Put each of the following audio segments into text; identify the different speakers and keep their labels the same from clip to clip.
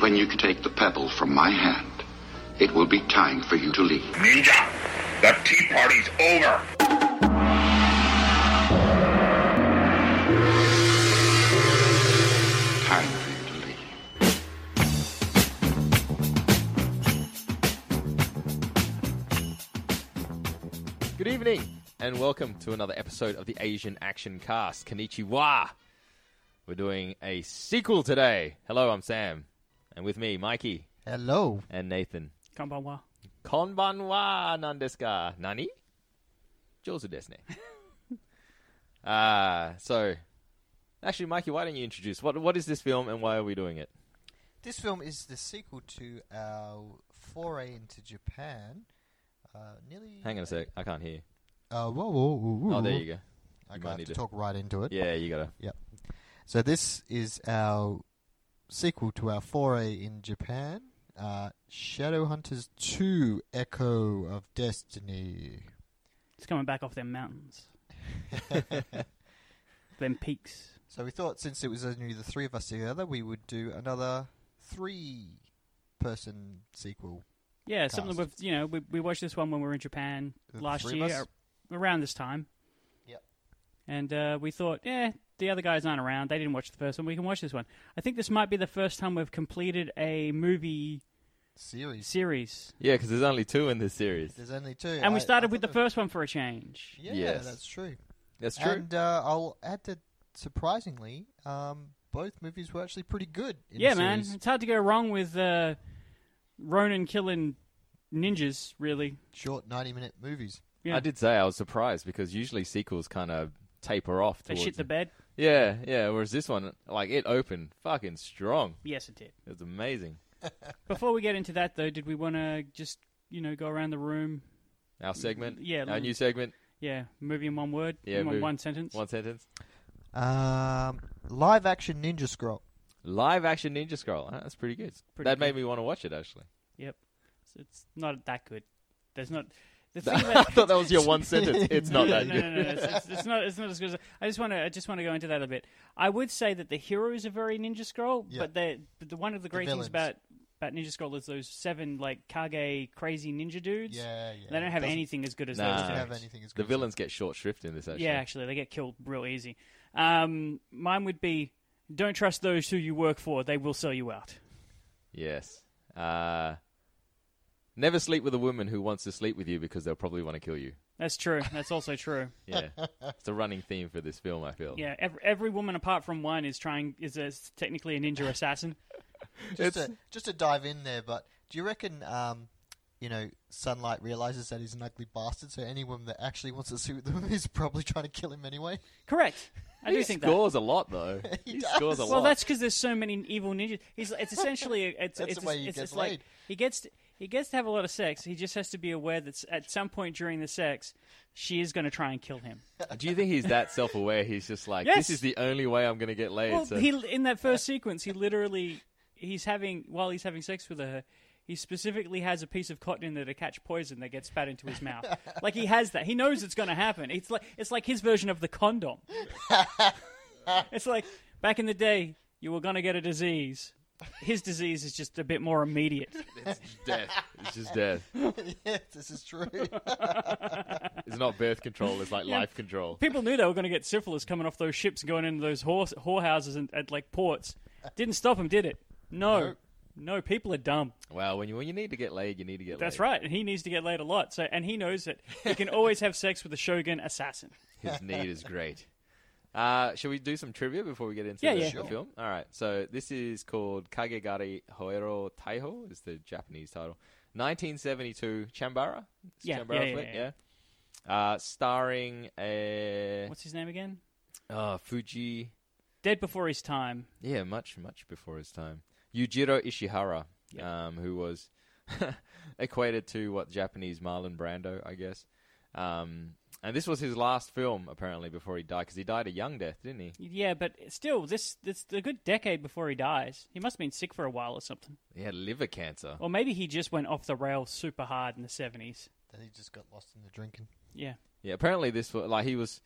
Speaker 1: when you take the pebble from my hand, it will be time for you to leave.
Speaker 2: Ninja, the tea party's over.
Speaker 3: 'Good evening and welcome to another episode of the Asian Action Cast. Konnichiwa. We're doing a sequel today. Hello, I'm Sam, and with me, Mikey
Speaker 4: Hello.
Speaker 3: and Nathan.
Speaker 5: こんばんは。
Speaker 3: Konbanwa nandeska. Nani? Jozu desu ne. Ah, so actually, Mikey, why don't you introduce what what is this film and why are we doing it?
Speaker 4: This film is the sequel to our foray into Japan. Uh, nearly.
Speaker 3: Hang on a sec, I can't hear.
Speaker 4: Uh, whoa, whoa, whoa, whoa.
Speaker 3: Oh, there you go.
Speaker 4: I
Speaker 3: You
Speaker 4: might
Speaker 3: might
Speaker 4: have
Speaker 3: need
Speaker 4: to
Speaker 3: to-
Speaker 4: talk right into it.
Speaker 3: Yeah, you gotta.
Speaker 4: So this is our sequel to our foray in Japan. Uh, Shadowhunters 2 Echo of Destiny.
Speaker 5: It's coming back off them mountains, them peaks.
Speaker 4: so we thought since it was only the three of us together, we would do another three person sequel.
Speaker 5: Yeah, something
Speaker 4: Cast.
Speaker 5: with you know we we watched this one when we were in Japan
Speaker 4: The
Speaker 5: last
Speaker 4: three of
Speaker 5: year
Speaker 4: us?
Speaker 5: ar- around this time.
Speaker 4: Yep.
Speaker 5: And uh, we thought, yeah, the other guys aren't around. They didn't watch the first one. We can watch this one. I think this might be the first time we've completed a movie
Speaker 4: Series.
Speaker 5: series,
Speaker 3: Yeah, because there's only two in this series.
Speaker 4: There's only two.
Speaker 5: and we
Speaker 4: I-
Speaker 5: started
Speaker 4: I
Speaker 5: with the
Speaker 4: thought
Speaker 5: first one for a change.
Speaker 4: it- Yeah,
Speaker 3: Yes.
Speaker 4: that's true.
Speaker 3: That's true.
Speaker 4: And uh, I'll add that surprisingly, um, both movies were actually pretty good. In
Speaker 5: yeah,
Speaker 4: the
Speaker 5: man,
Speaker 4: series.
Speaker 5: it's hard to go wrong with uh, Ronin killing ninjas. Really,
Speaker 4: Short ninety-minute movies.
Speaker 5: yeah.
Speaker 3: I did say I was surprised because usually sequels kind of taper off.
Speaker 5: They
Speaker 3: Towards
Speaker 5: shit the bed.
Speaker 3: Yeah, yeah. Whereas this one, like, it opened fucking strong.
Speaker 5: Yes, it did.
Speaker 3: It was amazing.
Speaker 5: Before we get into that, though, did we want to just you know go around the room?
Speaker 3: Our segment,
Speaker 5: Mm, Yeah,
Speaker 3: our
Speaker 5: little-
Speaker 3: new segment,
Speaker 5: Yeah, movie in one word.
Speaker 3: Yeah,
Speaker 5: in one,
Speaker 3: movie-
Speaker 5: one sentence.
Speaker 3: one sentence.
Speaker 4: Um, live-action Ninja Scroll.
Speaker 3: Live action Ninja Scroll. Huh, That's pretty good.
Speaker 5: Pretty
Speaker 3: that made
Speaker 5: good.
Speaker 3: me want to watch it actually.
Speaker 5: Yep. So it's not that good. There's not. The thing
Speaker 3: I
Speaker 5: about
Speaker 3: thought that was your one sentence. It's not
Speaker 5: no,
Speaker 3: that
Speaker 5: no, no,
Speaker 3: good.
Speaker 5: no, no. It's, it's, it's not. It's not as good. as I just want to. I just want to go into that a bit. I would say that the heroes are very Ninja Scroll,
Speaker 4: Yeah.
Speaker 5: but they but the one of the great
Speaker 4: villains.
Speaker 5: things about about Ninja Scroll is those seven like Kage crazy ninja dudes.
Speaker 4: Yeah, yeah.
Speaker 5: They don't have
Speaker 4: Doesn't-
Speaker 5: anything as good as
Speaker 3: Nah.
Speaker 5: those.
Speaker 4: Doesn't
Speaker 5: two.
Speaker 4: have anything as
Speaker 3: The
Speaker 4: good. as
Speaker 3: villains get short shrift in this actually.
Speaker 5: Yeah, actually, they get killed real easy. Um, mine would be don't trust those who you work for; they will sell you out.
Speaker 3: Yes. Uh, never sleep with a woman who wants to sleep with you because they'll probably want to kill you.
Speaker 5: That's true. That's also true.
Speaker 3: Yeah, it's a running theme for this film. I feel.
Speaker 5: Yeah, every, every woman apart from one is trying is a, technically a ninja assassin.
Speaker 4: that. Just to, just to dive in there, but do you reckon, um, you know, Sunlight realizes that he's an ugly bastard, so any woman that actually wants to suit them is probably trying to kill him anyway.
Speaker 5: Correct. I
Speaker 3: he
Speaker 5: do think that.
Speaker 3: scores a lot though.
Speaker 4: He
Speaker 3: he
Speaker 4: does.
Speaker 3: scores a
Speaker 5: Well,
Speaker 3: lot.
Speaker 5: that's because there's so many evil ninjas. He's, it's essentially a- it's
Speaker 4: That's
Speaker 5: it's,
Speaker 4: the way he
Speaker 5: it's,
Speaker 4: gets
Speaker 5: it's like
Speaker 4: laid.
Speaker 5: he gets to, he gets to have a lot of sex. He just has to be aware that s- at some point during the sex, she is going to try and kill him.
Speaker 3: Do you think he's that self-aware? He's just like, this
Speaker 5: Yes.
Speaker 3: is the only way I'm going to get laid.
Speaker 5: Well,
Speaker 3: so
Speaker 5: he in that first sequence, he literally he's having while he's having sex with her, he specifically has a piece of cotton in there to catch poison that gets spat into his mouth. like he has that. He knows it's going to happen. It's like it's like his version of the condom. it's like back in the day, you were going to get a disease. His disease is just a bit more immediate.
Speaker 3: death. It's just death.
Speaker 4: yes, this is true.
Speaker 3: It's not birth control. It's like life control.
Speaker 5: People knew they were going to get syphilis coming off those ships and going into those horse, whorehouses and at like ports. Didn't stop him, did it? No. No, people are dumb.
Speaker 3: Well, when you when you need to get laid, you need to get
Speaker 5: That's
Speaker 3: laid.
Speaker 5: right. And he needs to get laid a lot. So, and he knows it. He can always have sex with a shogun assassin.
Speaker 3: His need is great. Uh, shall we do some trivia before we get into
Speaker 5: Yeah,
Speaker 3: the,
Speaker 5: yeah.
Speaker 3: the
Speaker 4: Sure.
Speaker 3: film? All right. So this is called Kagegari Hoero Taiho. Is the Japanese title. 1972 Chambara. It's
Speaker 5: Yeah,
Speaker 3: Chambara
Speaker 5: yeah, yeah,
Speaker 3: flick,
Speaker 5: yeah.
Speaker 3: yeah. Uh, starring a
Speaker 5: What's his name again?
Speaker 3: uh, Fuji.
Speaker 5: Dead before his time.
Speaker 3: Yeah, much, much before his time. Yujiro Ishihara, um, who was equated to what Japanese Marlon Brando, I guess. Um, and this was his last film, apparently, before he died, because he died a young death, didn't he?
Speaker 5: Yeah, but still, this this a good decade before he dies. He must have been sick for a while or something,
Speaker 3: He had liver cancer.
Speaker 5: or maybe he just went off the rail super hard in the seventies.
Speaker 4: then he just got lost in the drinking.
Speaker 5: Yeah,
Speaker 3: Yeah, apparently this was like he was,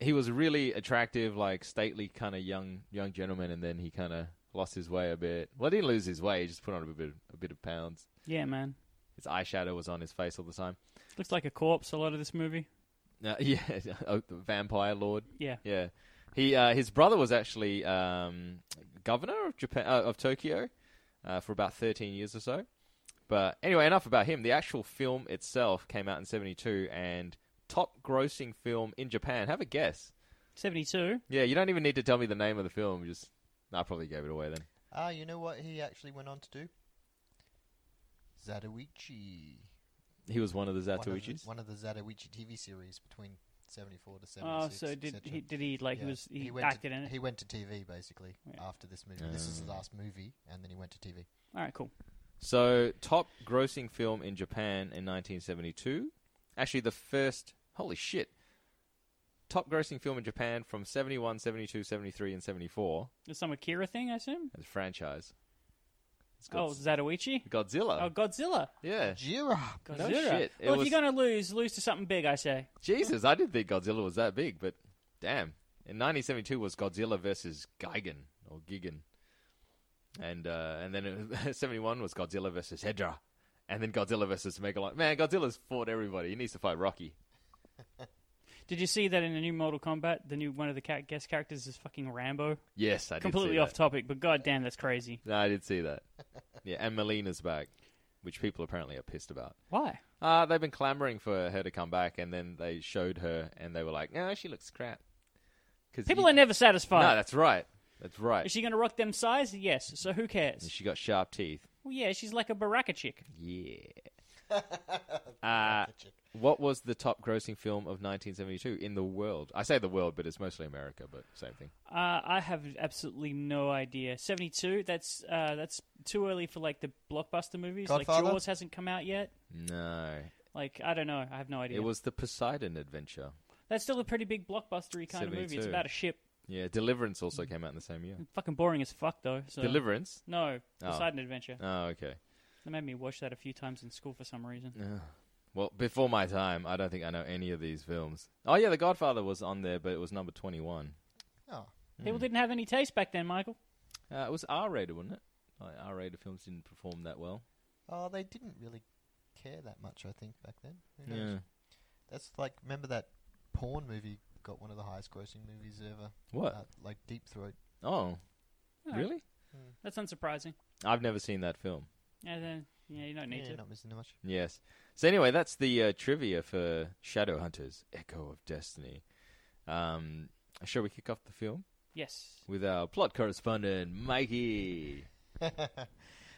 Speaker 3: he was really attractive, like stately kind of young young gentleman, and then he kind of lost his way a bit. Well, he didn't lose his way. He just put on a bit, a bit of pounds.
Speaker 5: Yeah, man.
Speaker 3: His eyeshadow was on his face all the time.
Speaker 5: Looks like a corpse. A lot of this movie.
Speaker 3: Uh, yeah, oh, the vampire lord.
Speaker 5: Yeah.
Speaker 3: Yeah, he uh, his brother was actually um, governor of Japan uh, of Tokyo uh, for about thirteen years or so. But anyway, enough about him. The actual film itself came out in '72 and top grossing film in Japan. Have a guess.
Speaker 5: Seventy-two.
Speaker 3: Yeah, you don't even need to tell me the name of the film. Just I probably gave it away then.
Speaker 4: Ah, you know what he actually went on to do? Zatoichi.
Speaker 3: He was one of the
Speaker 4: One of the-
Speaker 3: Zatoichis.
Speaker 4: One of the Zatoichi TV series between 74 to 76.
Speaker 5: Oh, so did
Speaker 4: et cetera.
Speaker 5: he? Did he like
Speaker 4: Yeah.
Speaker 5: he was he,
Speaker 4: went
Speaker 5: acted
Speaker 4: to,
Speaker 5: in it?
Speaker 4: He went to TV basically
Speaker 5: Yeah.
Speaker 4: after this movie. This is his last movie, and then he went to TV.
Speaker 5: All right, cool.
Speaker 3: So, top grossing film in Japan in 1972. Actually, the first. Holy shit. Top grossing film in Japan from 71, 72, 73, and 74
Speaker 5: There's some Akira thing, I assume.
Speaker 3: as a franchise. It's
Speaker 5: Oh,
Speaker 3: Godz-
Speaker 5: Zatoichi.
Speaker 3: Godzilla.
Speaker 5: Oh, Godzilla.
Speaker 3: yeah.
Speaker 4: Jira.
Speaker 5: Godzilla.
Speaker 3: No shit. It
Speaker 5: Well,
Speaker 3: was-
Speaker 5: if you're gonna lose, lose to something big, I say.
Speaker 3: Jesus, I didn't think Godzilla was that big, but damn. In 1972 was Godzilla versus Gigan or Gigan. And uh, and then it, 71 was Godzilla versus Hedra. And then Godzilla versus Megalon. Man, Godzilla's fought everybody. He needs to fight Rocky.
Speaker 5: Did you see that in the new Mortal Kombat, the new one of the ca- guest characters is fucking Rambo?
Speaker 3: Yes, I did see
Speaker 5: Completely
Speaker 3: that.
Speaker 5: off topic, but goddamn, that's crazy.
Speaker 3: No, I did see that. Yeah, and Melina's back, which people apparently are pissed about.
Speaker 5: Why?
Speaker 3: Uh, they've been clamoring for her to come back, and then they showed her, and they were like, "No, she looks crap." Cause
Speaker 5: People
Speaker 3: you-
Speaker 5: are never satisfied.
Speaker 3: No, that's right. That's right.
Speaker 5: Is
Speaker 3: She...
Speaker 5: she gonna rock them size? Yes. So who cares?
Speaker 3: she got sharp teeth.
Speaker 5: Well, yeah, she's like a baraka chick.
Speaker 3: Yeah. uh,
Speaker 4: chick.
Speaker 3: what was the top-grossing film of 1972 in the world? I say the world, but it's mostly America, but same thing.
Speaker 5: Uh, I have absolutely no idea. Seventy-two. That's uh, that's too early for like the blockbuster movies.
Speaker 4: Godfather?
Speaker 5: Like Jaws hasn't come out yet.
Speaker 3: No,
Speaker 5: Like I don't know. I have no idea.
Speaker 3: it was the Poseidon Adventure.
Speaker 5: That's still a pretty big blockbustery kind of movie. It's
Speaker 3: 72.
Speaker 5: about a ship.
Speaker 3: Yeah, Deliverance also came out in the same year.
Speaker 5: Fucking boring as fuck though. Mm. So.
Speaker 3: Deliverance.
Speaker 5: No,
Speaker 3: Oh.
Speaker 5: Poseidon Adventure.
Speaker 3: Oh, okay.
Speaker 5: They made me watch that a few times in school for some reason.
Speaker 3: Well, before my time, I don't think I know any of these films. Oh yeah, The Godfather was on there, but it was number twenty-one.
Speaker 4: Oh,
Speaker 5: People didn't have any taste back then, Michael.
Speaker 3: Uh, it was R-rated, wasn't it? Like, R-rated films didn't perform that well.
Speaker 4: oh, they didn't really care that much, I think, back then. Who knows? That's like remember that porn movie got one of the highest grossing movies ever.
Speaker 3: What?
Speaker 4: Uh, like Deep Throat.
Speaker 3: Oh, really?
Speaker 5: That's unsurprising.
Speaker 3: I've never seen that film.
Speaker 5: And then, yeah, you don't need
Speaker 4: Yeah,
Speaker 5: to.
Speaker 4: not missing much.
Speaker 3: Yes. So anyway, that's the uh, trivia for Shadowhunters: Echo of Destiny. Um, shall we kick off the film
Speaker 5: Yes.
Speaker 3: with our plot correspondent, Mikey?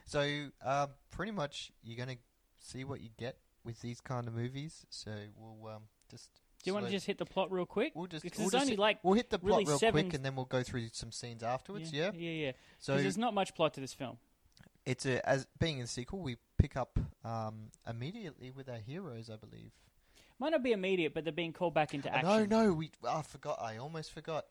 Speaker 4: So, um, pretty much, you're gonna see what you get with these kind of movies. So we'll um, just.
Speaker 5: Do you want to
Speaker 4: slow-
Speaker 5: just hit the plot real quick?
Speaker 4: We'll just.
Speaker 5: because
Speaker 4: we'll
Speaker 5: it's
Speaker 4: just
Speaker 5: only
Speaker 4: hit,
Speaker 5: like
Speaker 4: we'll hit the plot
Speaker 5: really
Speaker 4: real
Speaker 5: seven...
Speaker 4: quick, and then we'll go through some scenes afterwards. Yeah.
Speaker 5: yeah, yeah.
Speaker 4: So
Speaker 5: 'Cause there's not much plot to this film.
Speaker 4: it's a as being a sequel, we pick up um, immediately with our heroes, I believe.
Speaker 5: Might not be immediate, but they're being called back into action.
Speaker 4: No, no, we I forgot. I almost forgot.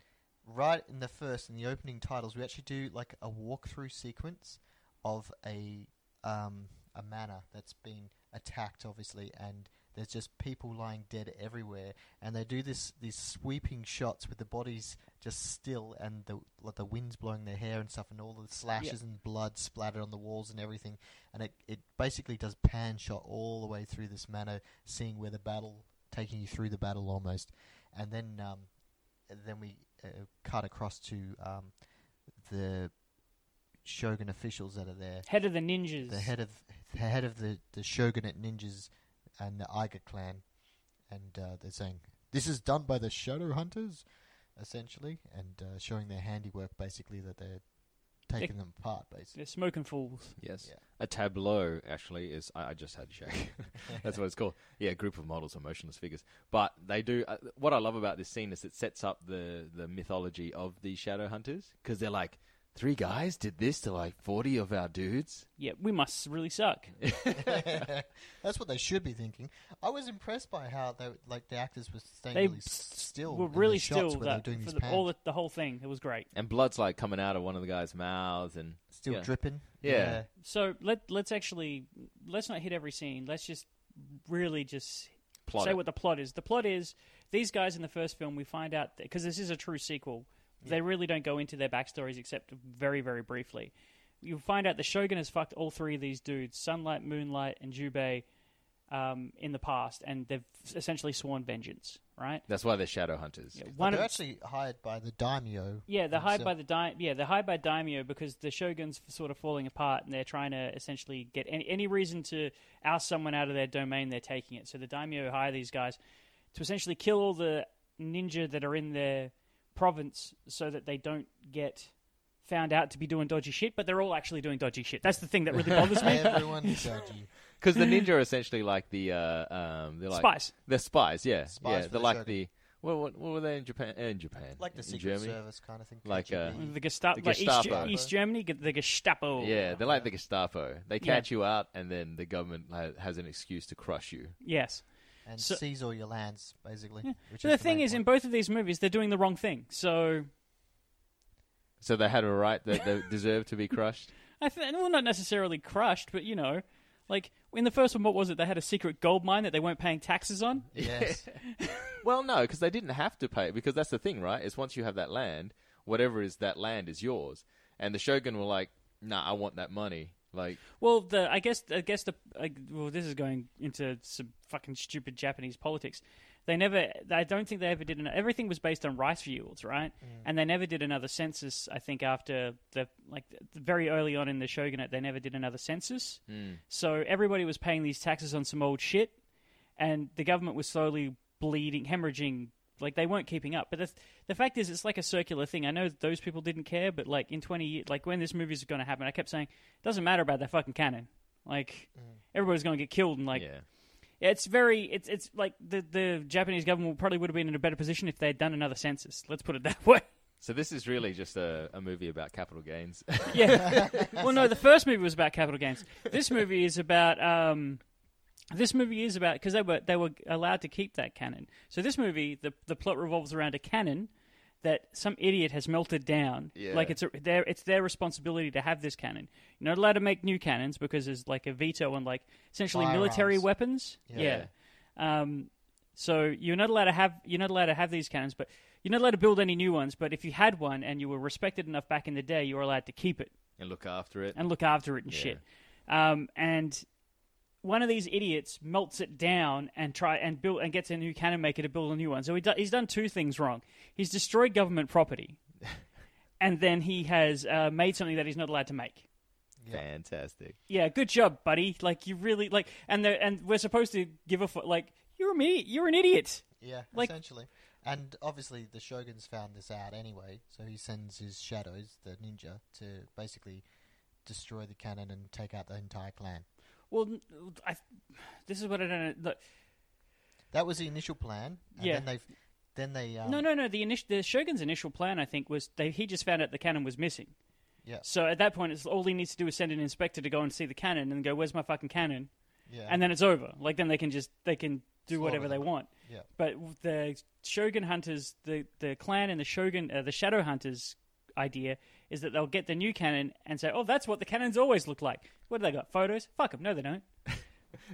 Speaker 4: Right in the first, in the opening titles, we actually do like a walkthrough sequence of a um, a manor that's been attacked, obviously, and there's just people lying dead everywhere, and they do this these sweeping shots with the bodies just still, and the like the wind's blowing their hair and stuff, and all the slashes and blood splattered on the walls and everything, and it it basically does pan shot all the way through this manor, seeing where the battle taking you through the battle almost, and then um, then we uh, cut across to um, the shogun officials that are there,
Speaker 5: Head of the ninjas.
Speaker 4: the head of the head of the, the shogunate ninjas and the Iga clan, and uh, they're saying this is done by the shadow hunters, essentially, and uh, showing their handiwork basically that they're taking them apart basically.
Speaker 5: They're smoking fools.
Speaker 3: Yes.
Speaker 4: Yeah.
Speaker 3: A tableau actually is. I, I just had a shake. That's what it's called. Yeah, a group of models or motionless figures. But they do. Uh, what I love about this scene is it sets up the the mythology of the shadow hunters because they're like three guys did this to like forty of our dudes.
Speaker 5: Yeah, we must really suck.
Speaker 4: That's what they should be thinking. I was impressed by how they like the actors were staying
Speaker 5: They
Speaker 4: really s- still.
Speaker 5: We're
Speaker 4: in the
Speaker 5: really
Speaker 4: shots
Speaker 5: still
Speaker 4: where they were
Speaker 5: that,
Speaker 4: doing
Speaker 5: for
Speaker 4: these
Speaker 5: the, all
Speaker 4: pans.
Speaker 5: the, the whole thing. It was great.
Speaker 3: And blood's like coming out of one of the guys' mouths and
Speaker 4: still
Speaker 3: yeah.
Speaker 4: dripping.
Speaker 3: Yeah.
Speaker 5: So let let's actually let's not hit every scene. Let's just really just
Speaker 3: Plot
Speaker 5: say
Speaker 3: it.
Speaker 5: what the plot is. The plot is these guys in the first film we find out because this is a true sequel. They really don't go into their backstories except very, very briefly. You find out the Shogun has fucked all three of these dudes, Sunlight, Moonlight, and Jubei, um, in the past, and they've essentially sworn vengeance, right?
Speaker 3: That's why they're shadow hunters.
Speaker 5: One
Speaker 4: they're
Speaker 5: of-
Speaker 4: actually hired by the daimyo.
Speaker 5: yeah, they're hired
Speaker 4: himself.
Speaker 5: by the di- yeah they're hired by daimyo because the shogun's f- sort of falling apart, and they're trying to essentially get any, any reason to oust someone out of their domain. They're taking it, so the daimyo hire these guys to essentially kill all the ninja that are in their province, so that they don't get found out to be doing dodgy shit. But they're all actually doing dodgy shit. That's the thing that really bothers me.
Speaker 4: Everyone's dodgy.
Speaker 3: Because the ninja are essentially like the uh, um, they're like
Speaker 5: Spies.
Speaker 3: They're spies, yeah,
Speaker 4: Spies
Speaker 3: yeah.
Speaker 4: for
Speaker 3: They're
Speaker 4: the
Speaker 3: like
Speaker 4: Shogun.
Speaker 3: the well, what, what were they in Japan? In Japan,
Speaker 4: Like the
Speaker 3: in
Speaker 4: Secret
Speaker 3: Germany.
Speaker 4: Service kind of thing.
Speaker 3: Like, uh,
Speaker 4: KGB.
Speaker 5: The Gestapo,
Speaker 3: The
Speaker 5: like East, Ge-
Speaker 3: Gestapo.
Speaker 5: East Germany, Ge- the Gestapo.
Speaker 3: Yeah, they're like the Gestapo. They
Speaker 5: Yeah.
Speaker 3: catch you out, and then the government ha- has an excuse to crush you.
Speaker 5: Yes.
Speaker 4: and
Speaker 5: so-
Speaker 4: seize all your lands, basically. Which
Speaker 5: So the
Speaker 4: is
Speaker 5: thing
Speaker 4: main
Speaker 5: is, in
Speaker 4: point.
Speaker 5: both of these movies, they're doing the wrong thing. So
Speaker 3: So they had a right that they deserved to be crushed.
Speaker 5: I think, well, not necessarily crushed, but you know, like in the first one, what was it? They had a secret gold mine that they weren't paying taxes on.
Speaker 4: yes,
Speaker 3: Well, no, because they didn't have to pay. Because that's the thing, right? Is once you have that land, whatever is that land is yours. And the shogun were like, "Nah, I want that money." Like,
Speaker 5: Well, the I guess I guess the I, well, this is going into some fucking stupid Japanese politics. They never. I don't think they ever did. An, everything was based on rice fields, right? And they never did another census. I think after the like the, very early on in the shogunate, they never did another census. So everybody was paying these taxes on some old shit, and the government was slowly bleeding, hemorrhaging. Like they weren't keeping up. But the the fact is, it's like a circular thing. I know those people didn't care, but like in twenty, years, like when this movie's going to happen, I kept saying it doesn't matter about that fucking cannon. Like everybody's going to get killed, and like
Speaker 3: yeah,
Speaker 5: it's very, it's it's like the the Japanese government probably would have been in a better position if they had done another census. Let's put it that way.
Speaker 3: So this is really just a, a movie about capital gains.
Speaker 5: Yeah. well, no, the first movie was about capital gains. This movie is about. Um, this movie is about because they were they were allowed to keep that cannon. So this movie, the the plot revolves around a cannon that some idiot has melted down.
Speaker 3: Yeah.
Speaker 5: Like it's a, their it's their responsibility to have this cannon. You're not allowed to make new cannons because there's like a veto on like essentially military
Speaker 4: Firearms.
Speaker 5: weapons.
Speaker 4: Yeah.
Speaker 5: yeah. Um, so you're not allowed to have you're not allowed to have these cannons, but you're not allowed to build any new ones. But if you had one and you were respected enough back in the day, you were allowed to keep it
Speaker 3: and look after it.
Speaker 5: and look after it and shit. Um, and one of these idiots melts it down and try and build and gets a new cannon maker to build a new one. So he do, he's done two things wrong. He's destroyed government property, and then he has uh, made something that he's not allowed to make.
Speaker 3: Fantastic.
Speaker 5: Yeah, good job, buddy. Like you really like, and the, and we're supposed to give a fu- like you're a me, you're an idiot.
Speaker 4: yeah,
Speaker 5: Like-
Speaker 4: essentially. And obviously, the shogun's found this out anyway, so he sends his shadows, the ninja, to basically destroy the cannon and take out the entire clan.
Speaker 5: Well, n- I, this is what I don't know. Look,
Speaker 4: That was the initial plan, and
Speaker 5: Yeah.
Speaker 4: then they, then they, um,
Speaker 5: no, no, no. The initial, the shogun's initial plan, I think, was they, he just found out the cannon was missing.
Speaker 4: yeah,
Speaker 5: So at that point, it's all he needs to do is send an inspector to go and see the cannon and go, "Where's my fucking cannon?"
Speaker 4: yeah,
Speaker 5: And then it's over. Like then they can just they can do
Speaker 4: Slaughter
Speaker 5: whatever they
Speaker 4: them.
Speaker 5: want.
Speaker 4: yeah,
Speaker 5: But the Shogun Hunters, the the clan and the Shogun, uh, the Shadow Hunters idea is that they'll get the new cannon and say, "Oh, that's what the cannons always look like." What do they got? Photos? Fuck them. No, they don't.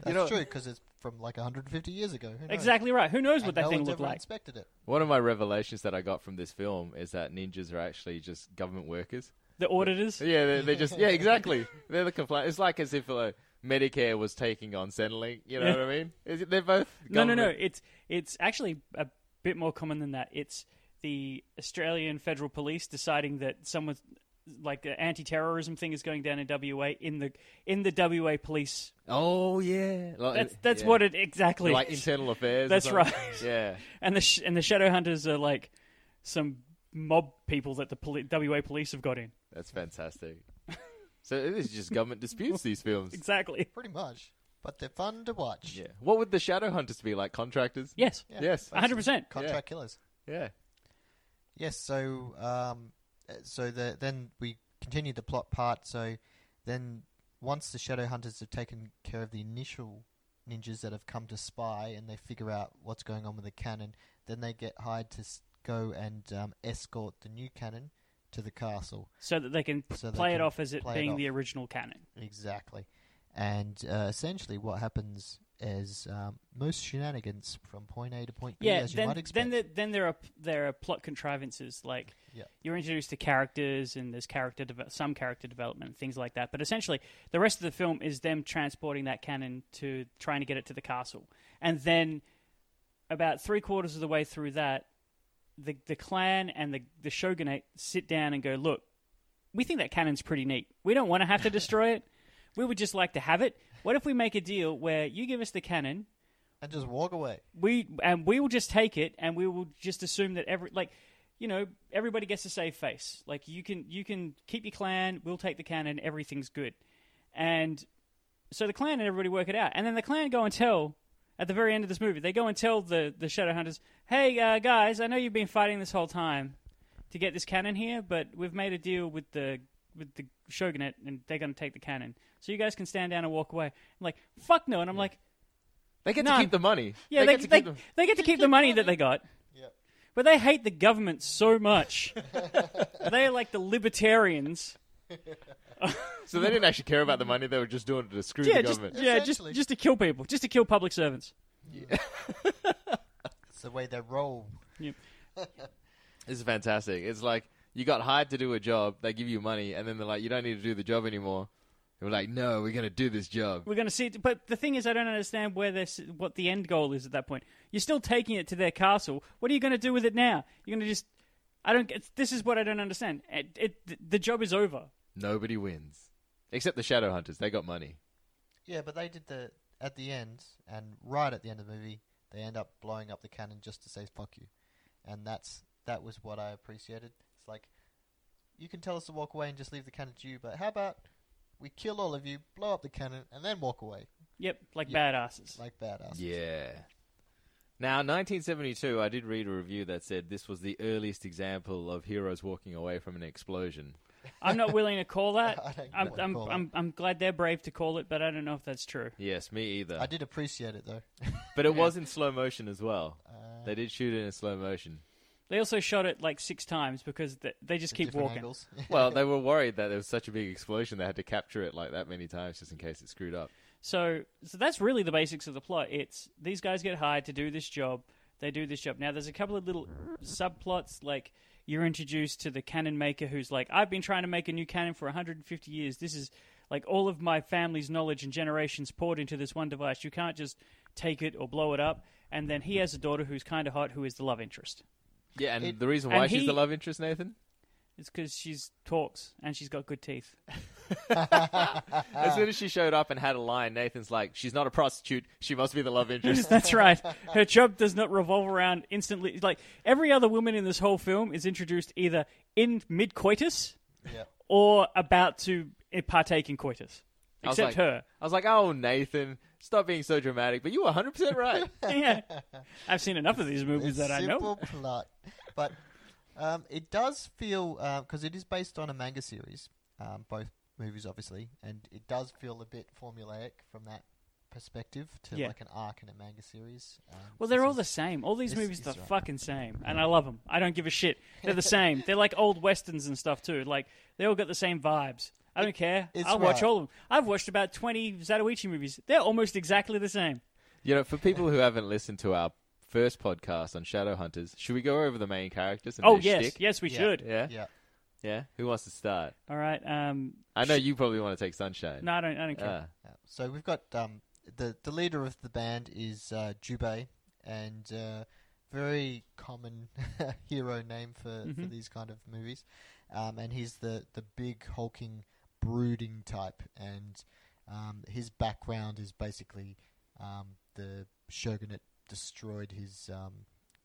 Speaker 4: that's true because it's from like 150 years ago. Who knows?
Speaker 5: Exactly right. Who knows
Speaker 4: And
Speaker 5: what
Speaker 4: no
Speaker 5: that thing
Speaker 4: one's
Speaker 5: looked
Speaker 4: ever
Speaker 5: like?
Speaker 4: Inspected it.
Speaker 3: One of my revelations that I got from this film is that ninjas are actually just government workers.
Speaker 5: The auditors.
Speaker 3: Yeah, they they just yeah, exactly. They're the complaint. It's like as if uh, Medicare was taking on Centrelink. You know
Speaker 5: Yeah.
Speaker 3: what I mean? Is it, they're both
Speaker 5: No, no, no.
Speaker 3: government-
Speaker 5: It's it's actually a bit more common than that. It's the Australian Federal Police deciding that someone's like the anti-terrorism thing is going down in WA in the in the WA police.
Speaker 3: Oh yeah, like,
Speaker 5: That's that's
Speaker 3: yeah.
Speaker 5: what it exactly.
Speaker 3: like
Speaker 5: is.
Speaker 3: internal affairs. or
Speaker 5: That's
Speaker 3: something.
Speaker 5: right.
Speaker 3: Yeah,
Speaker 5: and the sh- and the shadow hunters are like some mob people that the poli- WA police have got in.
Speaker 3: that's fantastic. So it is just government disputes these films.
Speaker 5: Exactly.
Speaker 4: Pretty much. But they're fun to watch.
Speaker 3: Yeah. What would the shadow hunters be like? Contractors?
Speaker 5: Yes.
Speaker 3: Yes.
Speaker 5: A hundred percent.
Speaker 4: Contract killers.
Speaker 3: Yeah.
Speaker 4: Yes, so um, uh, so the, then we continue the plot part. So then, once the shadow hunters have taken care of the initial ninjas that have come to spy, and they figure out what's going on with the cannon, then they get hired to s- go and um, escort the new cannon to the castle.
Speaker 5: So that they can
Speaker 4: So they
Speaker 5: play
Speaker 4: can
Speaker 5: it off as it
Speaker 4: play it
Speaker 5: being
Speaker 4: off.
Speaker 5: the original canon.
Speaker 4: Exactly, and uh, essentially what happens is um, most shenanigans from point A to point B,
Speaker 5: Yeah,
Speaker 4: as you
Speaker 5: then
Speaker 4: might expect.
Speaker 5: then the, then there are there are plot contrivances like
Speaker 4: Yeah.
Speaker 5: you're introduced to characters and there's character deve- some character development and things like that. But essentially, the rest of the film is them transporting that cannon to trying to get it to the castle, and then about three quarters of the way through that, the the clan and the the shogunate sit down and go, look, we think that cannon's pretty neat. We don't want to have to destroy it. We would just like to have it. What if we make a deal where you give us the cannon?
Speaker 4: and just walk away.
Speaker 5: we and we will just take it and we will just assume that every like you know everybody gets a save face like you can you can keep your clan we'll take the cannon everything's good and so the clan and everybody work it out and then the clan go and tell at the very end of this movie they go and tell the the shadow hunters hey uh, guys i know you've been fighting this whole time to get this cannon here but we've made a deal with the with the shogunate and they're going to take the cannon so you guys can stand down and walk away I'm like fuck no and i'm like
Speaker 3: They get
Speaker 5: No.
Speaker 3: to keep the money.
Speaker 5: yeah,
Speaker 3: they,
Speaker 5: they,
Speaker 3: get to
Speaker 5: they,
Speaker 3: keep them.
Speaker 5: they get to keep the money that they got.
Speaker 4: Yep.
Speaker 5: But they hate the government so much. They're like the libertarians.
Speaker 3: So they didn't actually care about the money. They were just doing it to screw
Speaker 5: Yeah,
Speaker 3: the
Speaker 5: just,
Speaker 3: government.
Speaker 5: yeah just,
Speaker 4: Essentially.
Speaker 5: just to kill people, just to kill public servants.
Speaker 4: It's the way they roll.
Speaker 3: This is fantastic. It's like you got hired to do a job. They give you money, and then they're like, "You don't need to do the job anymore." They were like, "No, we're going to do this job."
Speaker 5: We're going to see. But the thing is, I don't understand where this, what the end goal is at that point. You're still taking it to their castle. What are you going to do with it now? You're going to just. I don't. It's, this is what I don't understand. It, it, the job is over.
Speaker 3: Nobody wins except the shadow hunters. They got money.
Speaker 4: Yeah, but they did the at the end and right at the end of the movie, they end up blowing up the cannon just to say "fuck you," and that's that was what I appreciated. It's like you can tell us to walk away and just leave the cannon to you, but how about we kill all of you, blow up the cannon, and then walk away
Speaker 5: Yep, like badasses.
Speaker 4: like badass?
Speaker 3: Yeah. Now, 1972, I did read a review that said this was the earliest example of heroes walking away from an explosion.
Speaker 5: I'm not willing to call that.
Speaker 4: I don't
Speaker 5: I'm,
Speaker 4: wanna
Speaker 5: I'm,
Speaker 4: call it.
Speaker 5: I'm, I'm glad they're brave to call it, but I don't know if that's true.
Speaker 3: Yes, me either.
Speaker 4: I did appreciate it though.
Speaker 3: But it was in slow motion as well. they did shoot it in slow motion.
Speaker 5: They also shot it like six times because th- they just keep
Speaker 4: Different
Speaker 5: walking.
Speaker 4: angles.
Speaker 3: Well, they were worried that there was such a big explosion they had to capture it like that many times just in case it screwed up.
Speaker 5: So, so that's really the basics of the plot. It's these guys get hired to do this job. They do this job. Now, there's a couple of little subplots like you're introduced to the cannon maker who's like, I've been trying to make a new cannon for 150 years. This is like all of my family's knowledge and generations poured into this one device. You can't just take it or blow it up. And then he has a daughter who's kind of hot, who is the love interest.
Speaker 3: Yeah, and
Speaker 4: It-
Speaker 3: the reason why
Speaker 5: and
Speaker 3: she's
Speaker 5: he-
Speaker 3: the love interest, Nathan?
Speaker 5: It's because she's talks and she's got good teeth. Uh,
Speaker 3: As soon as she showed up and had a line, Nathan's like, she's not a prostitute. She must be the love interest.
Speaker 5: That's right. Her job does not revolve around instantly. Like every other woman in this whole film is introduced either in mid coitus
Speaker 4: Yeah.
Speaker 5: or about to partake in coitus.
Speaker 3: I was
Speaker 5: Except
Speaker 3: like-
Speaker 5: her.
Speaker 3: I was like, oh, Nathan, stop being so dramatic. But you were 100% right.
Speaker 5: Yeah. I've seen enough of these movies that I know.
Speaker 4: Simple plot, but um, it does feel because it is based on a manga series, um, both movies obviously, and it does feel a bit formulaic from that perspective to
Speaker 5: Yeah.
Speaker 4: like an arc in a manga series. Um,
Speaker 5: Well, they're
Speaker 4: this
Speaker 5: all
Speaker 4: is-
Speaker 5: the same. All these
Speaker 4: this
Speaker 5: movies
Speaker 4: is
Speaker 5: are the
Speaker 4: right.
Speaker 5: fucking same, and I love them. I don't give a shit. They're the same. They're like old westerns and stuff too. Like they all got the same vibes. I don't care.
Speaker 4: it's
Speaker 5: I'll
Speaker 4: right.
Speaker 5: watch all of them. I've watched about twenty Zatoichi movies. They're almost exactly the same.
Speaker 3: You know, for people who haven't listened to our first podcast on Shadow Hunters, should we go over the main characters and
Speaker 5: Oh
Speaker 3: their
Speaker 5: yes,
Speaker 3: shtick?
Speaker 5: yes, we
Speaker 4: Yeah.
Speaker 5: should.
Speaker 3: Yeah? yeah,
Speaker 4: yeah.
Speaker 3: Who wants to start?
Speaker 5: All right. Um,
Speaker 3: I know you probably want to take Sunshine.
Speaker 5: No, I don't. I don't care.
Speaker 3: Ah.
Speaker 4: yeah. Uh, So we've got um, the the leader of the band is uh, Jubei, and uh, very common hero name for,
Speaker 5: Mm-hmm.
Speaker 4: for these kind of movies, um, and he's the the big hulking brooding type, and um, his background is basically um, the shogunate destroyed his um,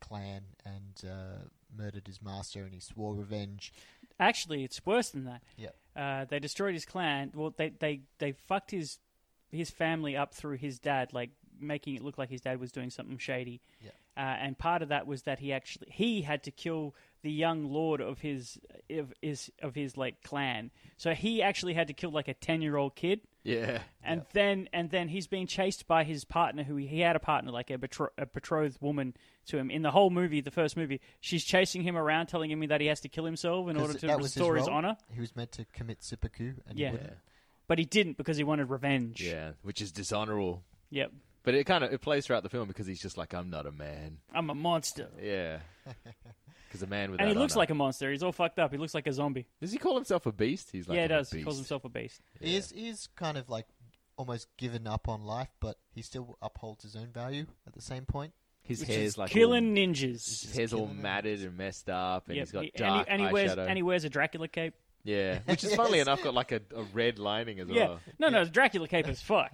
Speaker 4: clan and uh, murdered his master, and he swore revenge.
Speaker 5: Actually, it's worse than that.
Speaker 4: Yep.
Speaker 5: Uh, they destroyed his clan. Well, they they they fucked his his family up through his dad, like making it look like his dad was doing something shady.
Speaker 4: Yeah.
Speaker 5: Uh, and part of that was that he actually he had to kill the young lord of his of his of his like clan. So he actually had to kill like a ten year old kid.
Speaker 3: Yeah.
Speaker 5: and then and then he's being chased by his partner who he, he had a partner like a, betro- a betrothed woman to him in the whole movie the first movie she's chasing him around telling him that he has to kill himself in
Speaker 4: 'Cause
Speaker 5: order to
Speaker 4: that was his
Speaker 5: restore his,
Speaker 4: role.
Speaker 5: honor
Speaker 4: He was meant to commit seppuku, and
Speaker 5: Yeah.
Speaker 4: he wouldn't.
Speaker 5: but he didn't because he wanted revenge
Speaker 3: Yeah, which is dishonorable.
Speaker 5: yep
Speaker 3: But it kind of it plays throughout the film because he's just like, I'm not a man.
Speaker 5: i'm a monster
Speaker 3: Yeah. Because is a man without.
Speaker 5: and he looks
Speaker 3: honor.
Speaker 5: like a monster. He's all fucked up. He looks like a zombie.
Speaker 3: Does he call himself a beast? He's like
Speaker 5: yeah, he
Speaker 3: a
Speaker 5: does.
Speaker 3: Beast.
Speaker 5: He calls himself a beast.
Speaker 4: He is he is kind of like almost given up on life, but he still upholds his own value at the same point.
Speaker 3: His
Speaker 5: Which
Speaker 3: hair's
Speaker 5: is
Speaker 3: like
Speaker 5: killing
Speaker 3: All,
Speaker 5: ninjas.
Speaker 3: his hair's all
Speaker 4: killing him.
Speaker 3: matted and messed up, and
Speaker 5: Yep,
Speaker 3: he's got
Speaker 5: he-
Speaker 3: dark
Speaker 5: and, he, and he wears
Speaker 3: eyeshadow.
Speaker 5: and he wears a Dracula cape.
Speaker 3: yeah, which is funnily enough got like a, a red lining as
Speaker 5: Yeah,
Speaker 3: well.
Speaker 5: no, no, the Dracula cape is fuck.